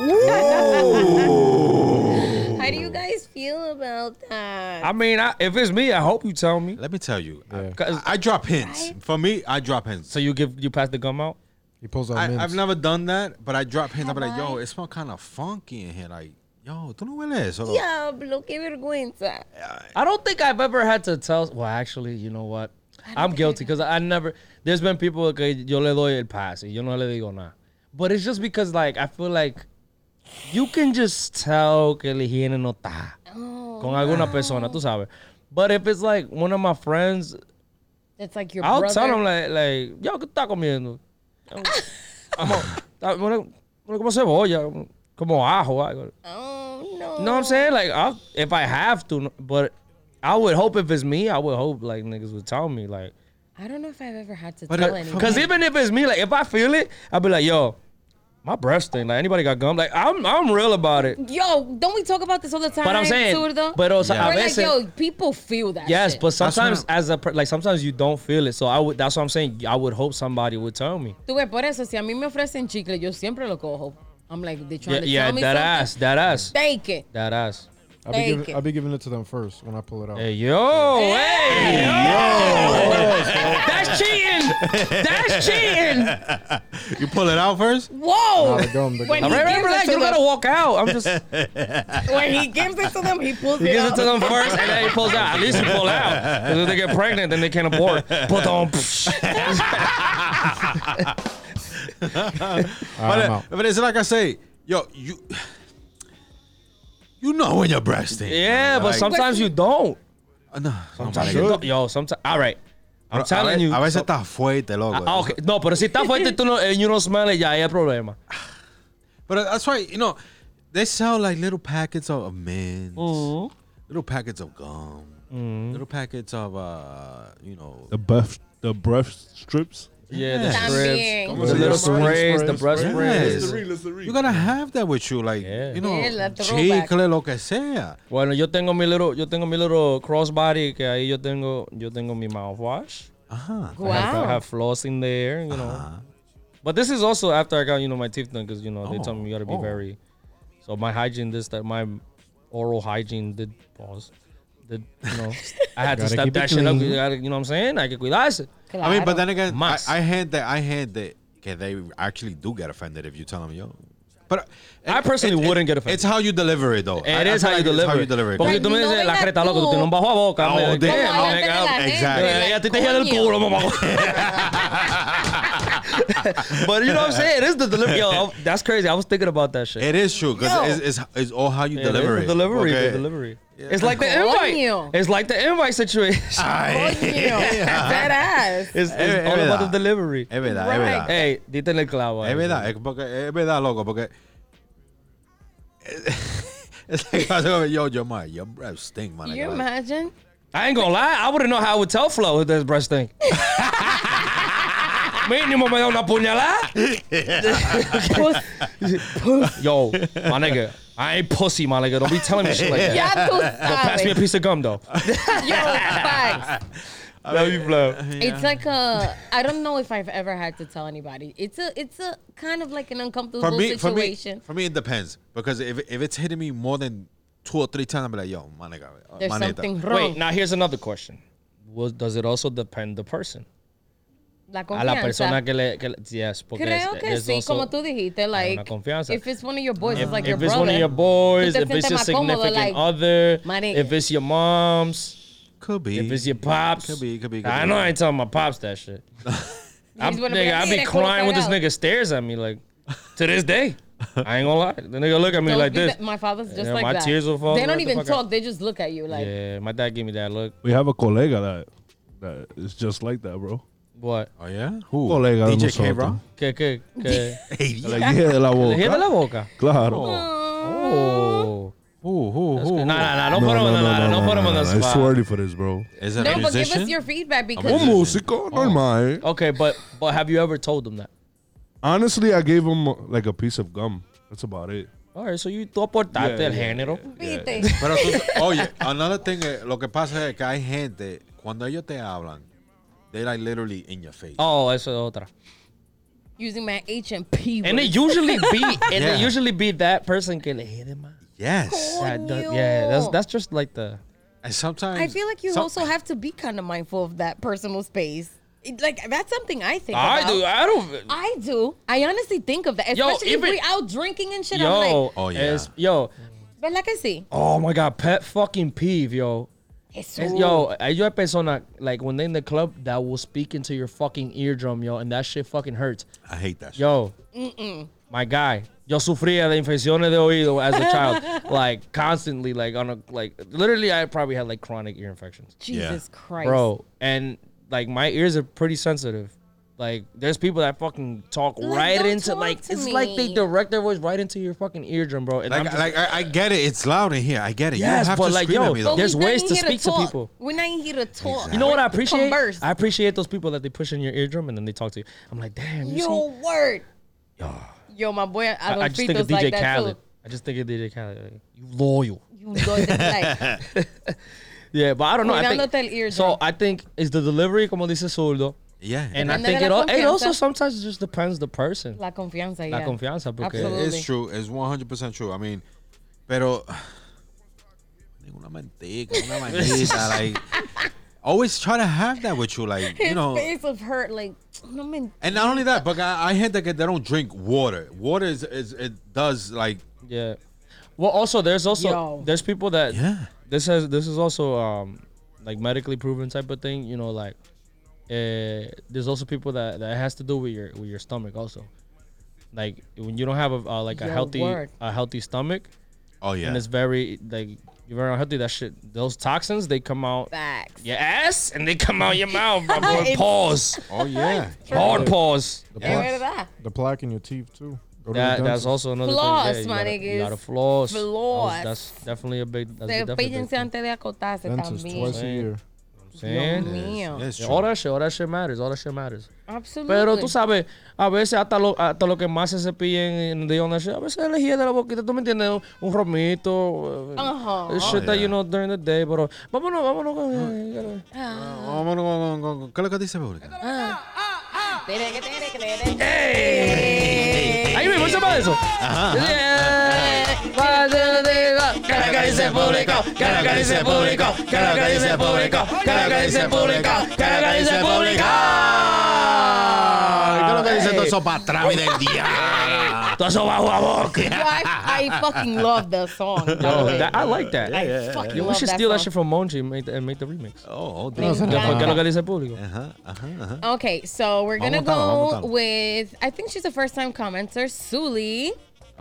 F: do you guys feel about that?
D: I mean, I, if it's me, I hope you tell me.
A: Let me tell you. I-
D: 'Cause-
A: I, drop hints. For me, I drop hints.
D: So you give you pass the gum out.
G: He pulls out
A: I,
G: mints.
A: I've never done that, but I drop hints. I'm like, yo, it smell kind of funky in here. Like, yo, tú no hueles eso.
F: Diablo, qué vergüenza.
D: I don't think I've ever had to tell. Well, actually, you know what? I'm guilty because I never. There's been people que yo le doy el pase, yo no le digo nada. But it's just because like I feel like you can just tell que la higiene no está
F: Oh,
D: con alguna persona, tú sabes. But if it's like one of my friends,
F: it's like your
D: I'll
F: brother.
D: tell him like, like, yo, ¿qué está
F: [laughs]
D: comiendo? como, como, como, como cebolla, como ajo. algo.
F: oh no.
D: You know what I'm saying? Like, I'll, if I have to, but I would hope if it's me, I would hope like niggas would tell me like,
F: I don't know if I've ever had to
A: But,
F: tell
A: uh,
F: anyone.
D: Cause even if it's me, like if I feel it, I'll be like, yo, my breath stink. Like anybody got gum? Like I'm, I'm real about it.
F: Yo, don't we talk about this all the time?
D: But I'm saying,
F: Zurdo?
D: but also
A: Yeah.
D: a
F: We're like,
D: veces,
F: yo, people feel that.
D: yes, pues
F: shit.
D: but sometimes as a per- like sometimes you don't feel it. So I would. That's what I'm saying. I would hope somebody would tell me.
F: Tú ves, por eso, si a mí me ofrecen chicle, yo siempre lo cojo. I'm like, they trying
D: Yeah,
F: to
D: yeah
F: tell me
D: that
F: something.
D: ass, that ass,
F: Take it.
D: that ass.
G: I'll be,
F: Take
G: giving,
F: it.
G: I'll be giving it to them first when I pull it out.
D: Hey yo, hey, yo. that's cheating.
F: [laughs]
D: That's cheating.
A: You pull it out first?
F: Whoa!
G: Nah, the gum, the
F: when,
G: gum.
F: he
D: Right, right,
F: gives
D: right.
F: it
D: You
F: to
D: don't gotta
F: them,
D: walk out. I'm just.
F: [laughs] when he gives it to them, he pulls
D: He
F: it
D: gives
F: out.
D: it to them first, and then he pulls out. At least he pull out. 'Cause if they get pregnant, then they can't abort. Put on.
G: All right, I'm
A: but,
G: out.
A: but it's like I say, yo, you you know when your breath stinks. Uh,
D: Yeah, but sometimes you don't.
A: No,
D: Sometimes you don't. Yo, sometimes. All right. I'm telling you.
A: A veces
D: so-
A: está fuerte, loco.
D: Ah, okay. No, pero si está fuerte tú no, and you don't smell it, ya ahí hay problema.
A: But that's why, you know, they sell like little packets of of mints,
D: Mm-hmm.
A: little packets of gum, little packets of, uh, you know,
E: The buff, the brush strips.
D: Yeah,
A: the
D: the
F: También.
D: strips,
F: strips,
D: the
A: the
D: little
A: sprays,
D: sprays, the
G: sprays,
D: breast
G: sprays.
A: Yes.
D: sprays.
A: you gotta have that with you, like,
D: Yeah.
A: you know,
F: Yeah, la throwback.
A: chicle, lo que sea.
D: Bueno, yo tengo mi little, yo tengo mi little crossbody que ahí yo tengo, yo tengo mi mouthwash.
A: Ajá.
D: I have- I
F: Wow.
D: have floss in there, you know.
A: Uh-huh.
D: But this is also after I got you know my teeth done because you know they told me you gotta be
A: Oh.
D: very. So my hygiene, this that my oral hygiene did pause. Did you know? I had to
G: Gotta
D: step
G: keep it
D: that shit up.
G: clean.
D: You, gotta, you know what I'm saying? I que cuidarse.
A: I mean, but then again, I,
D: Mas.
A: I hand that, I hand that, okay, they actually do get offended if you tell them, yo. But
D: I personally wouldn't get offended.
A: It's how you deliver it, though.
D: It is
A: I- I
D: how
A: feel
D: you
A: like it's
D: deliver.
A: How
D: it.
A: you deliver it.
D: Porque
F: Like,
D: tú me
F: no
D: dices la
F: vengas
D: creta loco, tú
F: tú.
D: tienes un bajo a boca.
A: Oh,
D: me-
A: damn.
D: damn,
A: Como
D: me
A: antes
D: cago.
A: Exactly.
D: Eh, ya te te el
F: [laughs]
D: culo, mamá. [laughs] But you know what I'm saying? It is the delivery. Yo, I- that's crazy. I was thinking about that shit.
A: It is true
F: Yo.
A: because it's, it's, it's all how you
D: Yeah, it is
A: deliver it.
D: The delivery.
A: Okay.
D: The delivery. It's like the
F: Coño.
D: invite. It's like the invite situation.
A: Ay. [laughs]
F: That ass.
D: It's, it's
A: Es- es
D: all about
A: verdad.
D: the delivery.
A: Es verdad, es
F: Right.
A: verdad.
D: Hey, dite en el clavo.
A: Es
D: ahí.
A: verdad, es, porque, es verdad, loco, porque. [laughs] It's like, I was like, yo, yo, my, your breath stink, man.
F: Can you imagine?
D: I ain't gonna lie. I wouldn't know how I would tell Flo if there's breast thing. Mínimo me da una puñalada.
F: Pues,
D: Yo, my nigga, I ain't pussy, my nigga. Don't be telling me shit like that.
F: Ya tú
D: Pass me a
F: sabes.
D: piece of gum, though. [laughs]
F: Yo, facts.
D: Love you, Flo.
F: It's like a. I don't know if I've ever had to tell anybody. It's a. It's a kind of like an uncomfortable
A: For me, for me,
F: situation.
A: for me, it depends because if, if it's hitting me more than two or three times, I'm like, yo, my nigga, uh,
F: There's
A: manita.
F: something
D: Wait,
F: wrong.
D: now here's another question. Was, does it also depend the person?
F: La
D: A la persona
F: confianza.
D: que le, que le yes, porque
F: Creo
D: es-
F: que
D: es
F: sí,
D: also-
F: como tú dijiste, like,
D: confianza.
F: if it's one of your boys, it's like your
D: if
F: brother.
D: it's one of your boys,
F: tú te
D: if it's
F: sientes
D: your
F: más cómodo,
D: significant
F: like,
D: other,
F: my nigga.
D: if it's your mom's,
A: Could be.
D: if it's your pops.
A: Could be, could be, could
D: I
A: be.
D: know I ain't telling my pops
A: [laughs]
D: that shit. I'm,
F: gonna be
D: nigga,
F: like,
D: I be
F: "Mira, culo
D: crying when this
F: cagado."
D: nigga stares at me like to this day. I ain't gonna lie. The nigga look at me
F: Those
D: like
F: people-
D: this.
F: My father's just
D: Yeah,
F: like
D: my
F: that.
D: tears will fall
F: They don't
D: right the
F: even
D: fuck out.
F: talk. They just look at you like,
D: Yeah, my dad gave me that look.
E: We have a colega that that is just like that, bro.
D: What?
A: Oh, yeah? Who?
E: Colega de
A: DJ K,
E: nosotros.
A: bro.
D: Que que
F: [laughs]
D: que.
A: Hey,
E: Like, yeah, la boca.
D: Dejé de la boca.
E: Claro.
D: Oh.
A: [laughs] who, who,
D: That's good.
A: who?
D: Nah, nah, nah. Don't put him on the Don't put him on the
E: I swear
D: spot.
E: to you for this, bro. Oh.
A: Is it a
F: no, but give
A: musician?
F: us your feedback
E: Un
F: because
E: músico normal. eh?
D: Okay, but but have you ever told them that?
E: Honestly, I gave him uh, like a piece of gum. That's about it.
D: All right, so you tú aportaste
E: Yeah,
D: el
E: yeah,
D: género.
F: viste.
A: Pero tú, oye, another thing, eh, lo que pasa es que hay gente, cuando ellos te hablan, they like literally in your face.
D: Oh, eso es otra.
F: using my H and P.
D: And
F: words.
D: it usually
A: [laughs]
D: be and
A: Yeah.
D: it usually be that person que le hit him.
A: Yes.
D: That does,
F: Coño.
D: yeah, that's that's just like the
A: And sometimes
F: I feel like you
A: some-
F: also have to be kind of mindful of that personal space. It- like that's something I think.
D: I
F: about.
D: do I don't
F: I do. I honestly think of that,
D: Yo,
F: especially
D: even-
F: if we out drinking and shit. I'm
D: yo
F: like,
A: Oh, yeah.
D: es- yo
F: but like I see,
D: oh my god pet fucking peeve yo
F: it's
D: Es-
F: rude.
D: yo eh, yo persona like when they in the club that will speak into your fucking eardrum yo and that shit fucking hurts
A: I hate that. shit.
D: yo my guy Yo sufría de infecciones de oído as a child, like constantly, like on a like literally, I probably had like chronic ear infections,
F: Jesus
A: Yeah.
F: Christ.
D: bro. And like my ears are pretty sensitive. Like there's people that fucking talk
F: Like,
D: right
F: don't
D: into
F: talk
D: like
F: to
D: it's like they
F: me.
D: direct their voice right into your fucking eardrum, bro. And I'm
A: Like,
D: just,
A: like I, I get it. It's loud in here. I get it. you
D: Yes,
A: don't have
D: but
A: to
D: like,
A: scream
D: yo,
A: at me
F: But
A: though.
D: there's
F: we're not
D: ways
F: in
D: to
F: here
D: speak to
F: talk.
D: people.
F: We're not in here to talk.
A: Exactly.
D: You know what I
F: To
D: appreciate?
F: Converse.
D: I appreciate those people that they push in your eardrum and then they talk to you. I'm like, damn, you
F: Yo,
D: see?
F: word. Yo, my boy,
D: I,
F: Adolfito's
D: I just think of
F: like
D: DJ
F: that
D: Khaled. I just think of DJ Khaled. Like, you loyal.
F: too. You look
D: [laughs]
F: like
D: Yeah, but I don't know. I
F: Cuidándote el
D: think,
F: eardrum.
D: so I think it's the delivery, como dice Zurdo.
A: Yeah.
D: And I
F: Depende
D: think
F: de
D: it,
F: la
D: al- it also
F: confianza.
D: sometimes just depends the person.
F: la confianza.
D: La
F: yeah.
D: confianza, porque-
F: Absolutely.
A: It's true. It's 100% true. I mean, pero. Ninguna manteca, una
D: [laughs]
A: manteca. like, always try to have that with you. Like, you
F: His
A: know.
F: face of hurt, like no man.
A: And not only that, but I, I heard that they don't drink water. Water is, is it does like
D: Yeah. Well, also there's also
F: Yo.
D: there's people that
A: Yeah.
D: This has this is also um like medically proven type of thing. You know, like uh, there's also people that that has to do with your with your stomach also. Like when you don't have a uh, like a
F: Yo,
D: healthy
F: word.
D: a healthy stomach
A: oh yeah.
D: and it's very like you're very unhealthy. That shit, those toxins they come out
F: Facts.
D: your ass and they
F: [laughs]
D: come out your mouth. my boy.
F: It's-
D: pause,
A: oh yeah.
D: hard pause.
G: The
F: Es
G: plaque,
F: verdad.
G: the plaque in your teeth too. Go to the
D: That, that's
G: dentist.
D: also another
F: Flaws,
D: thing.
F: my
D: Yeah, you gotta- you
F: niggas.
D: gotta flaws. That was-
F: Flaws.
D: That's definitely a big. That's
F: Se
D: definitely a big
F: peínense
D: thing.
F: antes de acotarse
G: Dentist
F: también.
G: twice a
D: Same.
G: year.
D: Saying?
F: Dios mío.
A: It's
D: Yeah,
A: true.
D: all that shit, all that shit matters, all that shit matters.
F: Absolutely.
D: Pero tú sabes, a veces hasta lo, hasta lo que más se cepillen en the on that shit, a veces elegía de la boquita, tú me entiendes, un, un romito, eh,
F: Ajá.
D: shit
A: Oh,
D: that
A: yeah.
D: you know during the day, pero vámonos, vámonos. con- eh,
A: Oh, vamos con- con- con- ¿Qué es lo que dice Verónica?
F: Tere, que tere, que tere. Eh.
D: Ahí mismo, se va eso. eh,
C: Cara que dice público, cara que dice público, cara que dice público, cara que dice público, cara que dice público.
D: Ah,
A: Ay, ¿Qué es lo que dice todo eso para atrás mi del diablo?
D: Todo eso bajo la boca.
F: Yo, I, I fucking love the song. by the
D: Yo,
F: way.
D: that- I like that.
F: I fucking
D: Yo, we
F: love
D: should
F: that
D: steal that
F: song.
D: shit from Monchi and make the, and make the
A: [laughs]
D: remix.
A: Oh, oh,
F: Me
A: Dios.
D: Ya fue, ¿Qué es lo
F: encanta.
D: que dice el público?
A: Ajá, ajá, ajá.
F: Okay, so we're gonna
A: Vamos a votarlo, vamos a
F: go
A: votarlo.
F: with I think she's a first time commenter, Suli.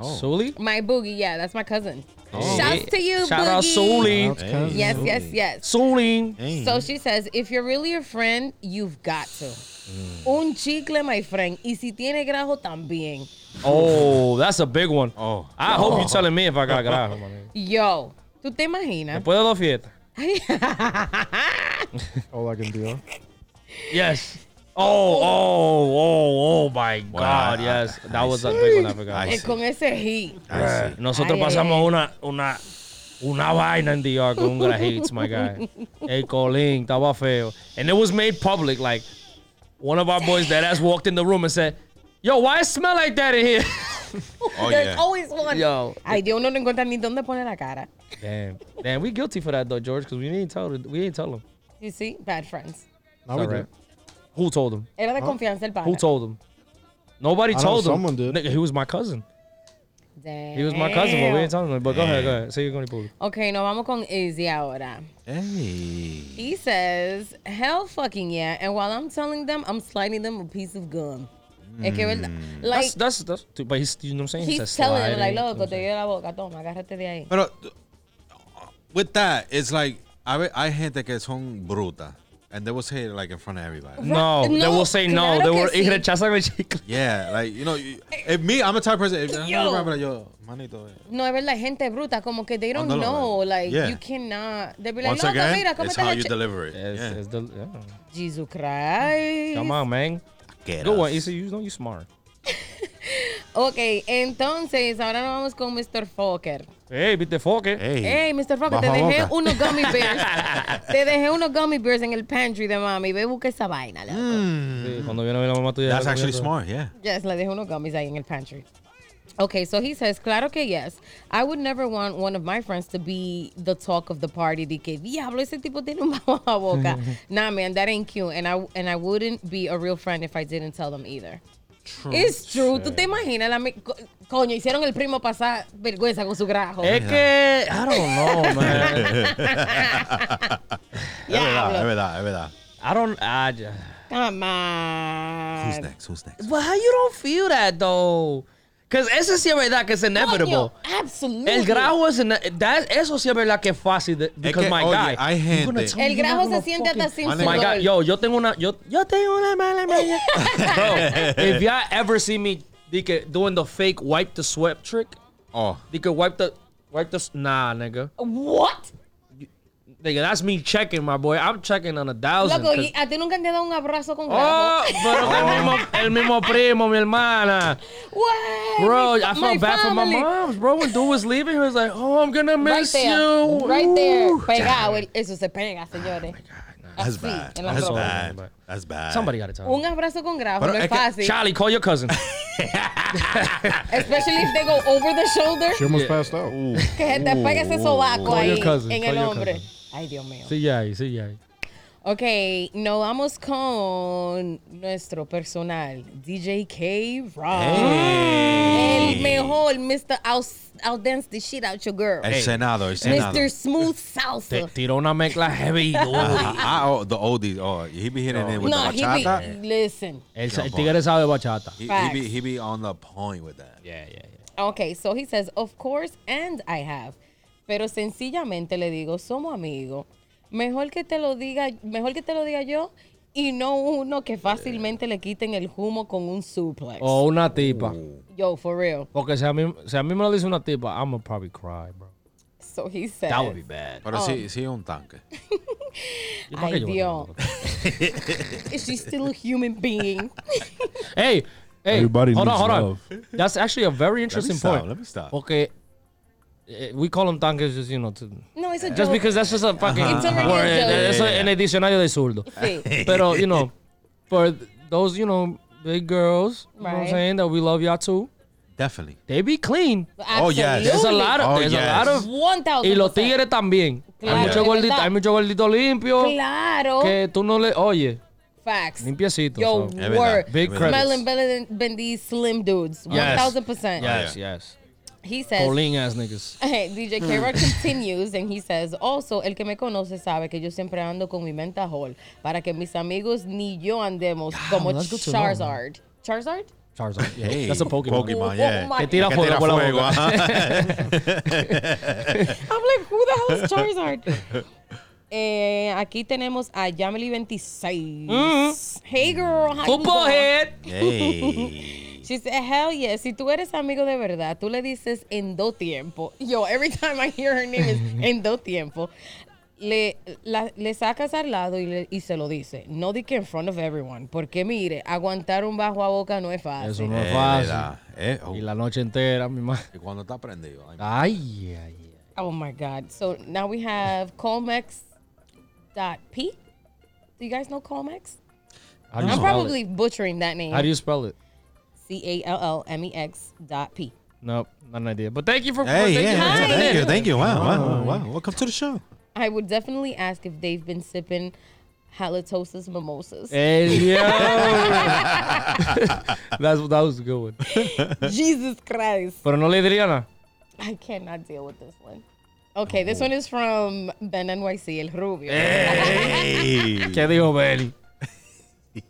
A: Oh.
D: Suli?
F: My boogie, yeah, that's my cousin.
A: Oh.
F: Shouts to you,
D: Shout
F: boogie.
D: out Suli.
G: That's
A: Hey.
G: kinda-
F: Yes, yes, yes.
D: Suli.
A: Hey.
F: So she says, if you're really a friend, you've got to.
D: Mm.
F: Un chicle, my friend. Y si tiene grajo, también.
D: Oh, that's a big one.
A: Oh.
D: I hope you're telling me if I got grajo, my nigga.
F: Yo, ¿tú te imaginas?
D: Después de dos fiestas.
G: All I can do.
D: Yes. Oh, oh, oh, oh my
A: I-
D: God,
A: I-
D: yes. that was a big one, I forgot.
A: I
F: Eh, [laughs] Con ese hit.
A: I see.
D: Nosotros
F: Ay, ay,
D: pasamos una, una, una vaina en DR con un grajitz, my guy. El colín estaba feo. And it was made public, like, one of our boys that ass walked in the room and said, yo, why it smell like that in here?
A: Oh,
F: There's
A: yeah.
F: always one.
D: Yo.
F: Ay, Dios, uno no encuentra ni dónde poner la cara.
D: Damn. Damn, we guilty for that, though, George, because we didn't tell we didn't tell him.
F: You see? Bad friends.
G: Now we
D: All
G: do.
D: right. Who told him?
F: Era
A: Oh.
F: de confianza el pana.
D: Who told him? Nobody
G: I know
D: told him.
G: someone did.
D: Nigga, he was my cousin.
F: Damn.
D: He was my cousin, but we didn't tell him. But go ahead, go ahead. Say you're going to
F: Ok, nos vamos con Izzy ahora.
A: Hey.
F: He says, hell fucking yeah. And while I'm telling them, I'm sliding them a piece of gum. Es que, ¿verdad?
A: Mm.
F: Like,
D: That's, that's, that's, dude, but he's, you know what I'm saying? He's,
F: he's
D: a
F: telling them, like,
D: sliding-
F: loco, te dio la boca, toma, agárrate de ahí.
A: Pero uh, with that, it's like I ve- hay gente que son bruta, and they will say it like in front of
D: [laughs]
A: everybody.
D: No, they
F: No,
D: will say
F: claro
D: no. They
F: que
D: will
F: sí.
D: y rechazan el chicle.
A: Yeah, like you know, you- if me, I'm a type of person. If,
F: Yo.
A: I'm like, yo, manito. eh."
F: No, es verdad, gente bruta, como que they don't
A: Ándalo,
F: know.
A: man.
F: Like,
A: Yeah.
F: you cannot. They'll be like,
A: Once
F: loco,
A: again,
F: mira,
A: it's
F: cómo
A: how
F: te
A: you
F: eche.
A: deliver it. [laughs]
D: It's,
A: Yeah.
D: it's the, yeah.
F: Jesus Christ.
D: Come on, man.
A: Get
D: Good
A: us.
D: one. Issa, you know you smart.
F: Ok, entonces, ahora nos vamos con Mr. Fokker.
D: Hey, viste foque.
A: Hey.
F: Hey, Mr. Fokker, te
A: Baja
F: dejé
A: boca.
F: unos gummy
A: [laughs]
F: bears. te dejé unos gummy bears en el pantry de mami. Ve, busca esa vaina, loco.
A: Mm.
D: Sí, Cuando viene a ver la mamá tuya.
A: That's
D: la
A: actually
D: comiendo.
A: smart. Yeah.
F: Yes, le dejé unos gummies ahí en el pantry. Okay, so he says, claro que yes. I would never want one of my friends to be the talk of the party. De que, diablo, ese tipo tiene un bajo a
A: [laughs]
F: boca. nah, man, that ain't cute. And I, and I wouldn't be a real friend if I didn't tell them either. It's true. ¿Tú te imaginas? La, mi- co- coño, hicieron el primo pasar vergüenza con su grajo.
D: Es que, I don't know, man.
A: Es verdad, es verdad, es verdad.
D: I don't, I just,
F: Come on.
A: Who's next? Who's next?
D: but how you don't feel that, though? Because eso sí es verdad que es inevitable.
F: Coño, absolutely.
D: Ah, El grajo es ine- that, eso sí es verdad que es fácil. de- because
A: que,
D: my
A: oye,
D: guy.
A: hay
D: you're gonna
A: gente-
D: tell
F: El
D: me you're
F: grajo
D: not
F: se siente
D: gonna
F: hasta
D: fucking-
F: sin
A: My
D: Oh My
F: sudor.
D: God, yo, yo tengo una, yo, yo tengo
F: [laughs]
D: una mala maña.
A: [laughs]
D: Bro, if y'all ever see me de que, doing the fake wipe the sweat trick,
A: Oh,
D: de que wipe the, wipe the, s- nah, nigga.
F: What?
D: Nigga, that's me checking, my boy. I'm checking on a thousand.
F: Loco,
D: 'cause-
F: ¿y a ti nunca te han dado un abrazo con
D: Oh,
F: grajo.
D: pero el mismo, el mismo primo, mi hermana.
F: What?
D: Bro,
F: My-
D: I
F: my
D: felt bad for my
F: family.
D: mom, bro. When dude was leaving, he was like, "Oh, I'm gonna
F: Right
D: miss
F: there.
D: you." Oh
F: Right there.
D: Ooh.
F: Pegado. el- Eso se pega, señores.
A: that's
F: Así,
A: bad.
F: en la
A: That's
F: ropa.
A: bad. That's bad.
D: Somebody gotta tell
F: Un
D: me.
F: abrazo con grajo
A: Pero
F: no es
A: es que-
F: fácil.
D: Charlie, call your cousin.
F: Especially if they go over the shoulder.
H: She almost passed out.
F: Que se te pegue ese sobaco
H: Call your
F: ahí
H: cousin,
F: en
H: call
F: el
H: your
F: hombre. Ay, Dios mío.
D: sí, ya, ahí, sí, ya. ahí.
F: Ok, nos vamos con nuestro personal, DJ K. Rock. El mejor, Mr. Outs- Outdance the shit out your girl.
A: El Senado, el Senado.
F: Mr. Smooth
D: Te
F: Salsa.
D: tiró una mezcla heavy,
A: Uh, [laughs]
D: dude.
A: I, oh, the oldies. Oh, he be hitting it with the
F: No, he
A: bachata.
F: be, listen.
D: El, el tigre sabe bachata.
A: He, he,
F: Facts.
A: be, he be on the point with that.
D: Yeah, yeah, yeah.
F: Okay, so he says, of course, and I have. Pero sencillamente le digo, somos amigos. Mejor que te lo diga, mejor que te lo diga yo y no uno que fácilmente le quiten el humo con un suplex.
D: O una tipa.
F: Yo, for real.
D: Porque si a, mí, si a mí me lo dice una tipa, I'm gonna probably cry, bro.
F: So he says,
D: That would be bad.
A: Pero sí, sí es un tanque.
D: ¿Y para qué
F: ay
D: yo voy a
F: Dios,
D: tener una
F: she's still a human being. [laughs]
D: Hey, hey,
I: Everybody
D: hold on,
I: needs
D: hold
I: love.
D: on. That's actually a very interesting
A: stop,
D: point.
A: let me stop.
D: Okay, eh, we call them tanques just you know to,
F: No, it's a
D: just
F: joke.
D: because that's just a fucking [laughs]
F: It's already a
D: word.
F: joke.
D: eh, It's a- en el diccionario de zurdo. [laughs]
F: Sí.
D: [laughs] Pero you know, for those you know big girls, you know what I'm
F: Right.
D: saying that we love y'all too.
A: [laughs] Definitely.
D: They be clean.
A: Oh, yes.
D: There's a lot of
A: Oh,
D: there's a lot
A: yes.
D: of.
F: 1000%.
D: Y los tigres también.
F: Claro,
D: hay mucho
F: es
D: gordito,
F: verdad.
D: hay mucho gordito limpio
F: Claro.
D: que tú no le oye
F: Facts.
D: limpiecito.
F: Yo,
D: so.
A: Es verdad,
F: word.
A: es
D: Big
A: verdad.
D: credit.
F: Smelling better than, than these slim dudes.
D: pues. Yes.
A: Oh,
F: 1000%.
D: Yes, yes.
F: He says, [laughs]
D: Pauline Mm. ass niggas.
F: DJ K Rock continues and he says, also, el que me conoce sabe que yo siempre ando con mi mentajol para que mis amigos ni yo andemos como
D: well, that's good to know, man.
F: Charizard. Charizard?
D: Charizard. Yeah,
A: Hey,
D: that's a Pokemon.
A: Pokemon,
F: Oh,
A: yeah.
F: my-
D: Que tira
A: Que
D: fuego
A: tira
D: por la
A: fuego, ah.
D: boca.
A: ajá.
D: [laughs]
F: I'm like, who the hell is
D: [laughs]
F: Charizard? Eh, aquí tenemos a Yamily 26.
D: Mm.
F: Hey girl, how you
D: Football
F: doing?
D: head.
A: Hey.
F: She said, hell yeah, si tú eres amigo de verdad, tú le dices en do tiempo. Yo, every time I hear her
D: [laughs]
F: name is en do tiempo. Le, la- le sacas al lado y, le- y se lo dice. No di que in front of everyone. Porque mire, aguantar un bajo a boca no es fácil.
D: Eso no
A: Eh,
D: es fácil.
A: verdad. Eh, oh,
D: Y la noche entera, mi madre.
A: y cuando está prendido. ay,
D: Ay, ay, ay.
F: Oh my God. So now we have Colmex.p. Do you guys know Colmex?
D: How do you
F: I'm
D: spell
F: probably
D: it?
F: butchering that
D: How do
F: name.
D: you spell it?
F: C A L L M E X dot P.
D: Nope, not an idea. But thank you for.
A: Hey,
D: thank
A: yeah,
D: you for
A: yeah,
D: tuning
A: thank
D: in.
A: you, thank you. Wow, wow, wow. Welcome to the show.
F: I would definitely ask if they've been sipping halitosis mimosas.
D: Hey, [laughs] yo. That's that was a good one.
F: Jesus Christ.
D: Pero no le diría nada.
F: I cannot deal with this one. Okay, this one is from Ben NYC, El Rubio.
A: Eh. Hey.
D: ¿Qué dijo
A: [laughs]
D: Benny?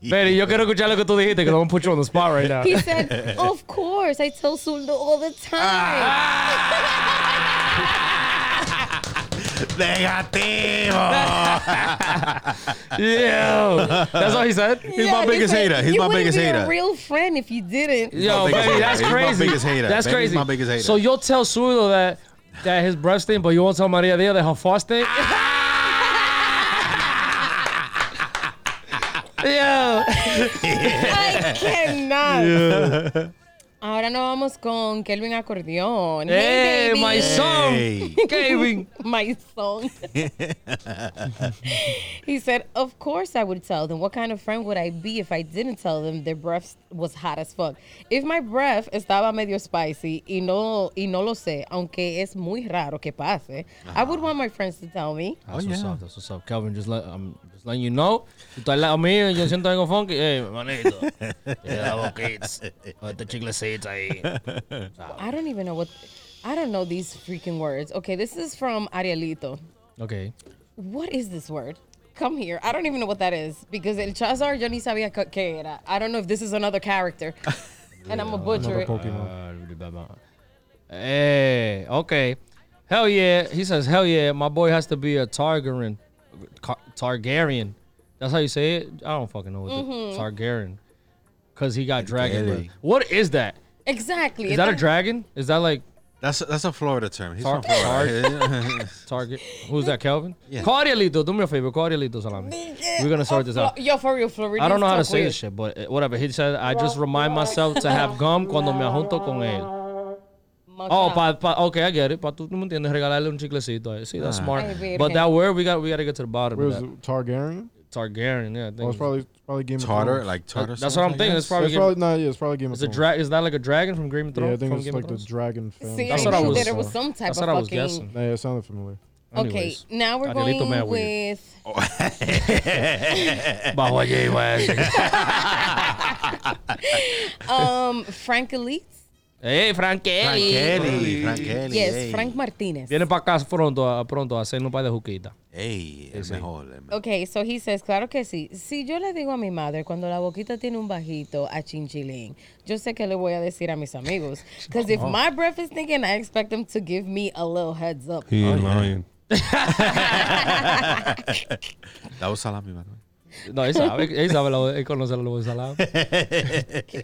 D: Benny, yo quiero escuchar lo que tú dijiste, que no me put you on the spot
A: [laughs]
D: right now. [laughs]
F: He said, Of course, I tell Zuldo all the
A: Ah,
F: time.
A: Negativo.
D: Yo, that's what he said.
A: He's my biggest hater. He's
F: you
A: my
F: wouldn't
A: biggest
F: be
A: hater.
F: a real friend if you didn't.
D: Yo,
A: biggest
D: Benny,
A: hater.
D: that's
A: He's my
D: crazy.
A: biggest hater.
D: That's
A: Benny's
D: crazy.
A: my biggest hater.
D: So you'll tell Sudo that that his breath stink, but you won't tell Maria Dia that her fart stink.
A: Ah!
D: [laughs]
A: [laughs]
D: Yo.
F: I cannot. Ahora nos vamos con Kelvin Acordeón.
A: Eh,
D: Hey,
F: baby.
D: my song.
A: Hey.
D: Kevin.
F: my song. he said, Of course I would tell them. What kind of friend would I be if I didn't tell them their breath was hot as fuck? If my breath estaba medio spicy y no, y no lo sé, aunque es muy raro que pase, I would want my friends to tell me.
D: That's
A: Oh,
D: what's
A: yeah.
D: up. That's what's up, Kelvin. Just let I'm just letting you know. Tú estás al lado mío, yo siento algo funky. Hey, manito.
A: [laughs]
D: Mira la boquita. Este chiclecito ahí.
F: I don't even know what. I don't know these freaking words. Okay, this is from Arielito.
D: Okay.
F: What is this word? Come here. I don't even know what that is because El Chazar, yo ni sabía que- que era. I don't know if this is another character. [laughs] and I'm a butcher
G: Another
F: it.
D: Uh,
G: Pokemon.
D: Hey, okay. Hell yeah. He says, hell yeah. My boy has to be a Targaryen. Car- Targaryen. That's how you say it? I don't fucking know what the- Targaryen. Because he got dragon
A: Targaryen.
D: breath. What is that?
F: Exactly.
D: Is that a
F: drag?
D: dragon? Is that like
A: That's that's a Florida term. He's
D: Tar-
A: from Florida.
D: Target? Who's that, Kelvin? Yeah. Cordialito. Do me a favor. Cordialito Salami. We're going to sort this out.
F: Oh, Yo, for real, Florida.
D: I don't know how to say this shit, but uh, whatever. He said, I just remind myself to have gum cuando me junto con él. Oh, pa, pa, okay, I get it. Pa, tú no me entiendes, regalarle un chiclecito. eh. See, that's smart.
F: Ay, virgen.
D: but that word, we got, we got to get to the bottom
G: Ah. Where's
D: of
G: it?
A: Uh,
D: that.
G: Targaryen?
D: Targaryen, yeah. I think
G: Oh, it's probably it's probably Game
A: [laughs]
G: of
A: Tartar,
G: Thrones.
A: like Tartar.
D: that's what I'm thinking. It's probably,
G: it's probably not. Yeah, it's probably Game of
D: it's a
G: Thrones.
D: dra- Is that like a dragon from Game of Thrones?
G: Yeah, I think
D: from
G: it's
D: Game of
G: like the
D: Thrones?
G: dragon
F: See,
G: family.
F: that's
D: That's
F: I
D: what I
F: knew
D: was-
F: there was some type
D: That's
F: of
D: what I was
F: fucking.
D: guessing.
G: Nah, yeah, it sounded familiar.
F: Okay,
G: [laughs]
D: Anyways.
F: now we're
D: Arielito
F: going
D: Mad Weird.
F: with.
G: Eh,
D: Bajo allí, güey.
F: Um, Frank Elite.
D: Hey, Frankie.
A: [laughs] Frankeli, Frankeli.
F: Yes,
A: ey.
F: Frank Martinez.
D: Viene para acá pronto, a- pronto a hacer un par de juquitas.
A: Ey, el mejor. el mejor.
F: Okay, so he says, claro que sí. Si yo le digo a mi madre cuando la boquita tiene un bajito a chinchilín, yo sé que le voy a decir a mis
D: [laughs]
F: amigos. Because
D: Oh.
F: if my breath is thinking, I expect them to give me a little heads up.
I: He ain't lying.
A: That was salami, by the way.
D: No, él sabe, él sabe, lo- él conoce los huevos salados.
F: Okay,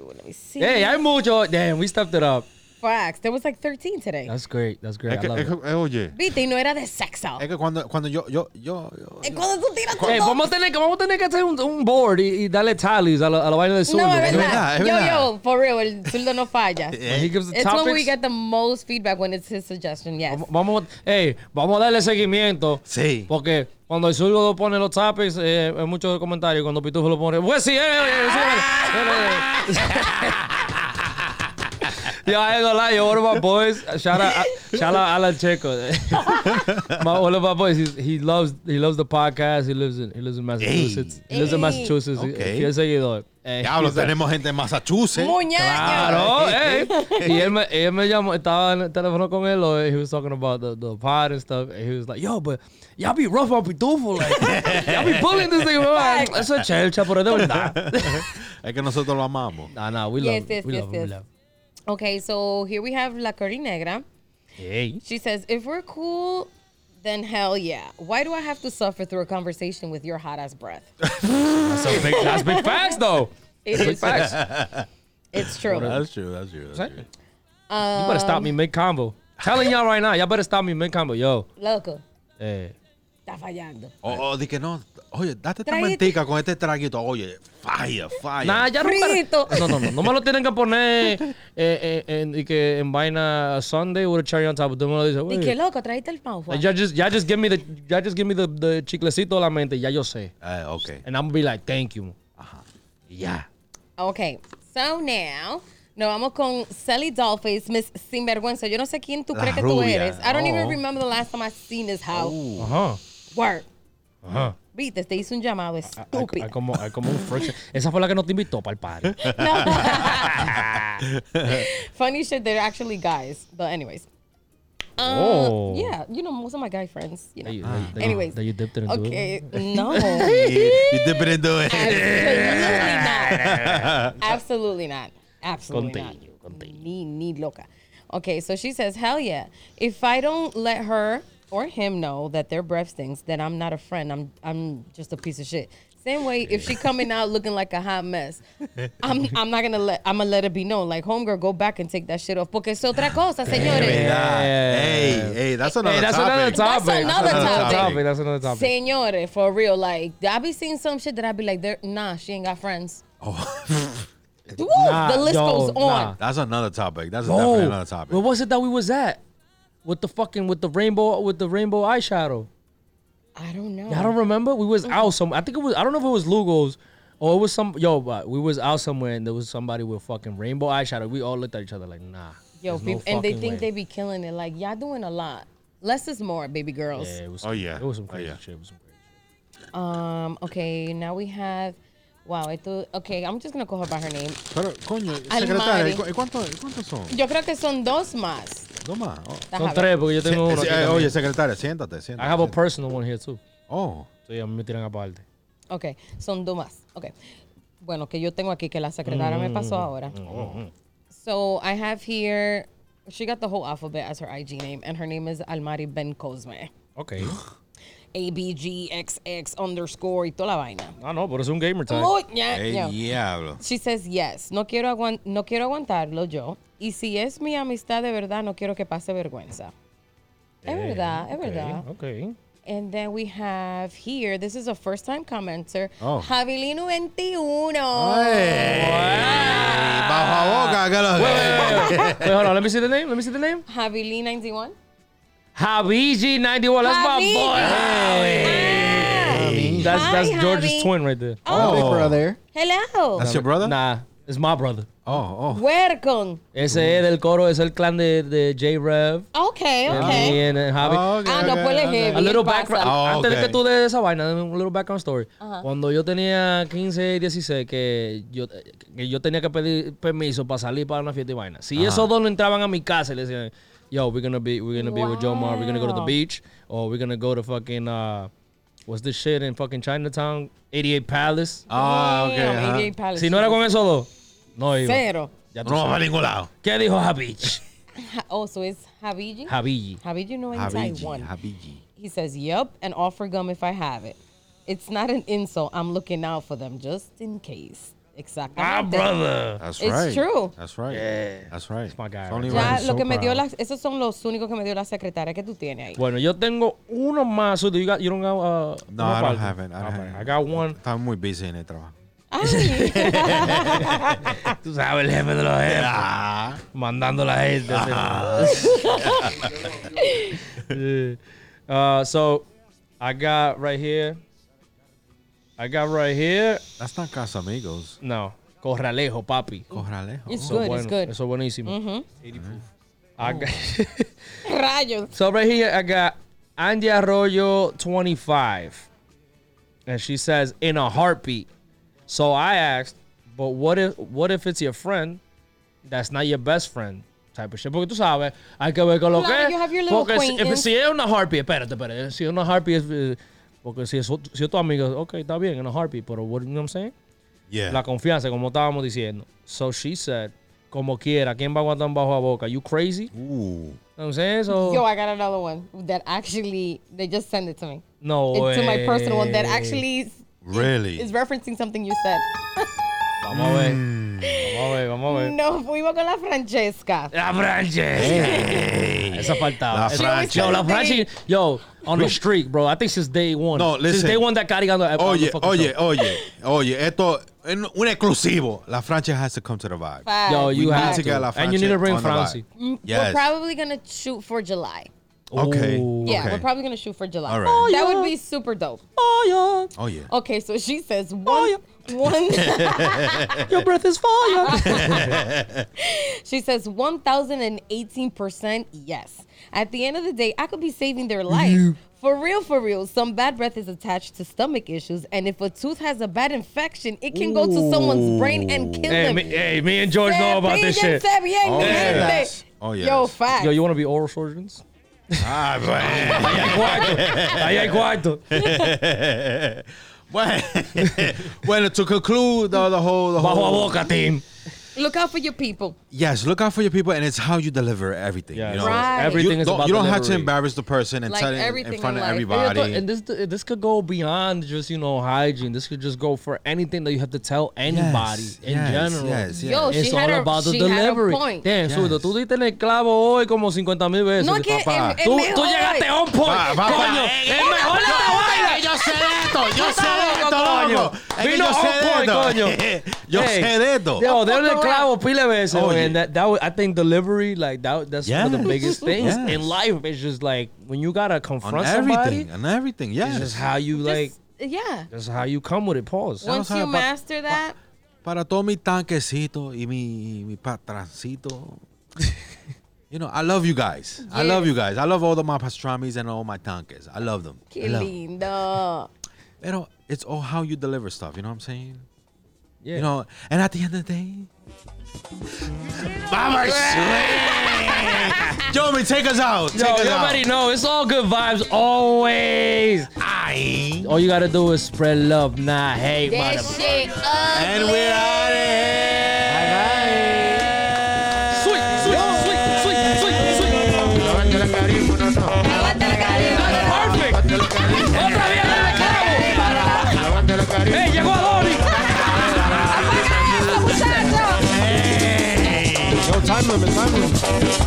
F: well, let me see.
D: Hey, hay mucho. Damn, we stepped it up.
F: Facts. There was like 13 today.
D: That's great. That's great.
A: Es
D: I
A: que,
D: love
A: es
D: it.
A: que- eh, oye,
F: Viste, y no era de sexo.
A: es que cuando, cuando yo, yo, yo, yo-
F: Es cuando tú tiras con
D: Hey,
F: dos-
D: vamos a tener que, vamos a tener que hacer un, un board y, y darle tallies a la, a la vaina de suyo.
F: No, es
A: Es
F: verdad.
A: verdad, es verdad.
F: Yo, yo, for real, el Zuldo no
D: [laughs]
F: falla.
D: When he gives the
F: It's when we
D: Eh, topics.
F: get the most feedback when it's his suggestion, yes.
D: Vamos, hey, vamos a darle seguimiento.
A: Sí.
D: Porque cuando el surdo pone los topics, eh, hay muchos comentarios. Cuando Pitufo lo pone, pues sí, eh, eh, sí,
F: [laughs]
D: eh, [laughs] eh". Yo, I ain't gonna lie, yo, one of my boys, shout out, shout out Alan Checo. [laughs] my, one of my boys, he's, he loves, he loves the podcast. He lives in, he lives in Massachusetts. He lives in
F: Ey.
D: Massachusetts.
A: Okay.
D: Fiel seguidor. Eh,
A: diablo,
D: he's a-
A: tenemos gente en Massachusetts.
F: Muñeca.
D: Claro, eh. Y él me, él me llamó, estaba en el teléfono con él, or he was talking about the, the pod and stuff, and he was like, yo, but y'all be rough on Pitufo, like, y'all be bullying this nigga, man. Eso es chelcha, pero de verdad.
A: Es que nosotros lo amamos.
D: Nah, nah, we
F: Yes,
D: love
F: yes,
D: it. We
F: yes,
D: love it.
F: yes.
D: We love it.
F: Okay, so here we have La Cori Negra.
D: Hey.
F: She says, if we're cool, then hell yeah. Why do I have to suffer through a conversation with your hot ass breath?
D: That's, a big, that's big facts, though.
F: It
D: Big
F: is,
D: facts.
F: it's
D: [laughs]
F: true.
A: That's true, that's true. That's true.
D: you better stop me mid-combo. Telling y'all right now, y'all better stop me mid-combo. Yo,
F: Loco,
D: eh.
F: está fallando.
A: Oh, oh, di que no. Oye, date esta
F: Trae-
A: mentica con este traguito. Oye, fire, fire.
D: Nah, ya
F: Frito.
D: no. para- No, no, no. No me lo tienen que poner eh, eh, en, y que en vaina Sunday with a cherry on top. Tú me lo dices,
F: Y
D: "Wey,
F: que loco, traíste el mouthwash.
D: Like, y'all just y'all just give me the y'all just give me the the chiclecito la mente. Ya yo sé,
A: Eh, ok.
D: and I'm gonna be like, thank you. Yeah.
F: Okay, so now nos vamos con Sally Dollface, Miss Sinvergüenza. Yo no sé quién tú
A: La
F: crees que tú
A: rubia.
F: eres. I don't even
A: Oh.
F: remember the last time I seen this house.
D: Uh huh.
F: Work. Viste, te hice un llamado estúpido.
D: Hay como hay como un friction. Esa fue la que no te invitó para el party.
F: Ah. [laughs] Funny shit, they're actually guys. But anyways. Uh,
D: Oh.
F: Yeah, you know, most of my guy friends, you know.
D: That you- that you- that you-
F: Anyways.
D: that you dipped it into it.
F: okay, no.
A: You, you dip it into it.
F: Absolutely not. Absolutely not. Absolutely
D: Continue,
F: not. Ni, ni loca. Okay, so she says, hell yeah. If I don't let her or him know that their breath stinks, then I'm not a friend. I'm I'm just a piece of shit. Same way, if she coming out looking like a hot mess, I'm I'm not gonna let I'm gonna let it be known. Like homegirl, go back and take that shit off. Porque es otra cosa, señores.
A: Verdad.
D: Yeah.
A: Hey, hey, that's another
D: Hey, Eh, that's
A: topic.
D: another topic.
F: another
A: topic.
D: That's another topic.
F: Señores, for real. Like I be seeing some shit that I be like, "There- nah, she ain't got friends. Woo, the list
D: yo,
F: goes on.
D: nah.
A: Oh, [laughs] That's another topic. That's definitely
D: Oh,
A: another topic.
D: where was it that we was at? With the fucking with the rainbow with the rainbow eyeshadow.
F: I don't know.
D: I don't remember. We
F: Mm-hmm.
D: was out some. I think it was. I don't know if it was Lugo's or it was some. Yo, but we was out somewhere and there was somebody with fucking rainbow eyeshadow. We all looked at each other like, nah.
F: Yo,
D: there's no
F: peop- and they
D: fucking
F: think
D: way.
F: they be killing it. Like y'all doing a lot. Less is more, baby girls.
D: Yeah, it was.
A: Oh, yeah.
D: It was some
A: Oh,
D: crazy
A: yeah.
D: shit. It was some crazy shit.
F: Um. Okay. Now we have. Wow. Esto, okay. I'm just gonna call her by her name.
A: Pero, coño,
F: Al
A: secretaria,
F: madre.
A: ¿y cu- y cuánto- y cuántos son?
F: Yo creo que son dos más.
A: Dos más. Oh.
D: Son
F: Déjame ver.
D: tres porque
A: [laughs]
D: yo tengo uno.
A: Sí,
D: aquí
A: eh,
D: también.
A: oye, secretaria, siéntate, siéntate.
D: I have a
A: siéntate.
D: personal one here too.
A: Oh.
D: So yeah, me tiran aparte.
F: Okay. Son dos más. Okay. bueno, que yo tengo aquí, que la secretaria me pasó
D: Mm.
F: ahora. So I have here, she got the whole alphabet as her IG name, and her name is Almari Ben Cosme.
A: [gasps]
D: Okay.
F: ABGXX underscore y toda la vaina.
D: I know, but it's un gamer time.
F: Oh, yeah, yeah.
A: El diablo.
F: She says yes. No quiero, aguan- no quiero aguantarlo yo. Y si es mi amistad de verdad, no quiero que pase vergüenza. Es verdad, es verdad.
A: Oh.
D: Okay.
F: And then we have here, this is a first time commenter,
A: Oh.
F: Javelino 21. Ah.
A: Ey, Bajo a boca, que lo
D: Wait, hold on. Let me see the name. Let me see the name.
F: Javili 91.
D: Habiji 91. That's my
F: Javili. Ah.
D: boy. That's that's
F: Hi,
D: George's
F: Javi.
D: twin right there.
A: Oh.
I: brother.
F: Hello.
A: That's your brother?
D: Nah, it's my brother.
A: Oh, oh.
F: Welcome.
D: Ese es del coro, es el clan de, de J Rev.
F: Okay,
D: and
F: okay.
D: Me and uh, Javi.
A: Oh, okay,
F: Ah, no,
A: okay,
F: pues es
A: okay.
F: heavy.
D: A little
F: pasa.
D: background.
A: Ah,
D: Antes de
A: ok.
D: que tú de esa vaina, dame un little background story. Cuando yo tenía 15, 16, que yo, que yo tenía que pedir permiso para salir para una fiesta y vaina. Si esos dos no entraban a mi casa y le decían, yo, we're gonna be, we're gonna be with Joe Mar, we're gonna go to the
F: Wow.
D: beach, or we're gonna go to fucking, uh, what's this shit in fucking Chinatown? 88 Palace.
A: Ah, ok.
F: Damn,
A: ajá.
F: 88 Palace.
D: Si no era con esos dos, no iba.
F: Cero.
D: Ya tú
A: No va a
D: sabes.
A: ningún lado.
D: ¿Qué dijo Javich?
F: Ja- Oh, so it's Javili?
D: Javigi.
F: Javili 91.
A: Habiji, Habiji.
F: He says, Yep, and offer gum if I have it. It's not an insult. I'm looking out for them just in case.
C: Ah,
F: Exactly.
D: My Ah, brother.
A: That's
F: It's
A: right.
F: true.
A: That's right. That's right. It's
D: my guy
A: only
D: right
F: Ya,
A: right.
F: lo que me dio la, esos son los únicos que me dio la secretaria que tú tienes ahí.
D: Bueno, yo tengo uno más. So do you got you don't have uh
A: No,
D: one
A: I
D: part?
A: don't have it. I don't
D: Okay,
A: have
D: Ah, I
A: it.
D: got one.
A: Estaba muy busy en el trabajo.
F: Ay,
C: [laughs] Tú sabes, el jefe de los jefes.
A: Ah.
C: Mandando la gente.
A: Ah.
D: [laughs] Uh so I got right here. I got right here.
A: That's not Casamigos.
D: No. Corralejo, papi.
A: Corralejo.
F: it's
D: Eso
F: good,
D: bueno,
F: it's good.
D: Eso buenísimo.
A: Mm-hmm. Oh.
D: I [laughs] got,
F: Rayos.
D: so right here I got Andy Arroyo 25. And she says in a heartbeat. So I asked, but what if what if it's your friend that's not your best friend? Type of shit. Porque tú sabes, hay que ver con lo
F: Claro,
D: que.
F: you have your little
D: porque si, if-
F: acquaintance.
D: si es una heartbeat, espérate, espérate. Si es una heartbeat, es, eh, porque si es, ot- si es tu amigo, ok, está bien, en a heartbeat, pero what, you know what I'm saying?
A: Yeah.
D: La confianza, como estábamos diciendo. So she said, como quiera, ¿quién va a aguantar un bajo a boca? You crazy?
A: Ooh.
D: You know what I'm saying? So,
F: Yo, I got another one that actually, they just sent it to me.
D: no,
F: It's to my personal one that
D: way.
F: actually is,
A: Really?
F: is referencing something you said.
D: Vamos a ver.
A: Mm.
D: Vamos a ver, vamos a ver.
F: No, fuimos con la Francesca.
C: La Franche.
D: Esa faltaba.
A: La
D: Esa-
A: Franchi.
D: Yo, la
F: Franchi.
D: Franchi. Yo, on the street, bro. I think since day one.
A: No,
D: Since
A: listen.
D: day one that cargando.
A: Oye, oye, oye, oye, Oh, esto es un exclusivo. La Francia has to come to the vibe.
F: Five.
D: Yo, you
A: We
D: have
A: need to
D: to.
A: get La
D: And you need
A: Francia
D: to bring
A: on the
D: Francie. Mm,
A: vibe.
F: We're
A: Yes.
F: probably going to shoot for July.
A: Okay.
D: Ooh.
F: Yeah,
A: Okay.
F: we're probably going to shoot for July.
A: All right. Oh,
F: that would be super dope.
D: Fire. [laughs]
A: Oye.
F: Okay, so she
D: Oh,
F: says one, [laughs] one
A: [laughs]
D: Your breath is fire.
F: [laughs] she says 1018% yes. At the end of the day, I could be saving their life. For real, for real, some bad breath is attached to stomach issues, and if a tooth has a bad infection, it can go to someone's brain and kill
D: hey,
F: them.
D: me, hey, me and George know about this shit.
F: Oh,
A: yes. Oh,
F: Yo,
A: yes.
F: facts.
D: Yo, you want to be
A: [laughs]
D: oral surgeons?
A: Ah, bueno.
D: Ahí hay cuarto. Ahí hay cuarto.
A: Bueno, [laughs] bueno, to conclude the, the whole, the
D: Bajo a
A: whole
D: boca, team.
F: Look out for your people.
A: yes, look out for your people, and it's how you deliver everything.
D: Yes.
A: You know,
F: Right.
D: Everything
A: you
D: is
A: don't,
D: about
A: you don't have to
D: delivery.
A: embarrass the person and
F: Like
A: tell it
F: everything
A: in
F: in
A: front of
F: life.
A: everybody.
D: And this this could go beyond just you know hygiene. This could just go for anything that you have to tell anybody
A: Yes,
D: in
A: yes,
D: general.
A: yes, yes.
F: Yo, Oh, she
D: It's
F: had
D: all
F: her-
D: about the
F: she had her
D: delivery.
F: point.
D: Damn,
A: Yes.
D: Sudo, tú diste en el clavo hoy como 50 mil veces.
F: No, que
A: papá.
F: el- el
D: tú,
F: mejor
D: tú llegaste on point.
A: Va, va,
D: coño,
A: va.
D: es mejor esta vaina.
A: yo sé de esto, yo sé de esto,
D: Coño,
A: Es que
D: vino
A: yo sé
D: on
A: de
D: point,
A: esto. [laughs]
D: coño.
A: Yo
D: Hey.
A: sé de esto.
D: Yo, dieron el
F: fuck
D: clavo pila de veces.
A: Oye.
D: man. that, that was, I think delivery, like that, that's one of the
A: Yes.
D: biggest
A: Yes.
D: things in life. It's just like when you gotta
A: On
D: confront somebody,
A: everything, on everything,
D: it's
A: yes.
D: just how you like,
F: Yeah.
D: that's how you come with it. Pause.
F: Once
A: sabe
F: you
A: pa-
F: master that,
A: para todo mi tanquecito y mi, mi patrancito. you know, I love you guys. I love you guys. I love all of my pastramis and all my tanques. I love them. I
F: qué
A: love 'em.
F: lindo.
A: Pero it's all how you deliver stuff. You know what I'm saying?
D: Yeah.
A: You know, and at the end of the day, Bummer Swing! [laughs] Yo, man, take us out. Take
D: Yo,
A: us
D: you
A: out.
D: already know. It's all good vibes always.
A: Ah, Bye.
D: All you gotta do is spread love, not hate.
F: That
D: mother-
F: shit ugly.
A: And we're out of here.
D: Sweet, sweet, sweet, sweet, sweet, sweet.
F: Aguanta la carima.
D: ¡Otra vez al clavo! ¡Ey, llegó Adonis!
F: Apaga eso, este muchacho.
G: Yo, time limit, time limit.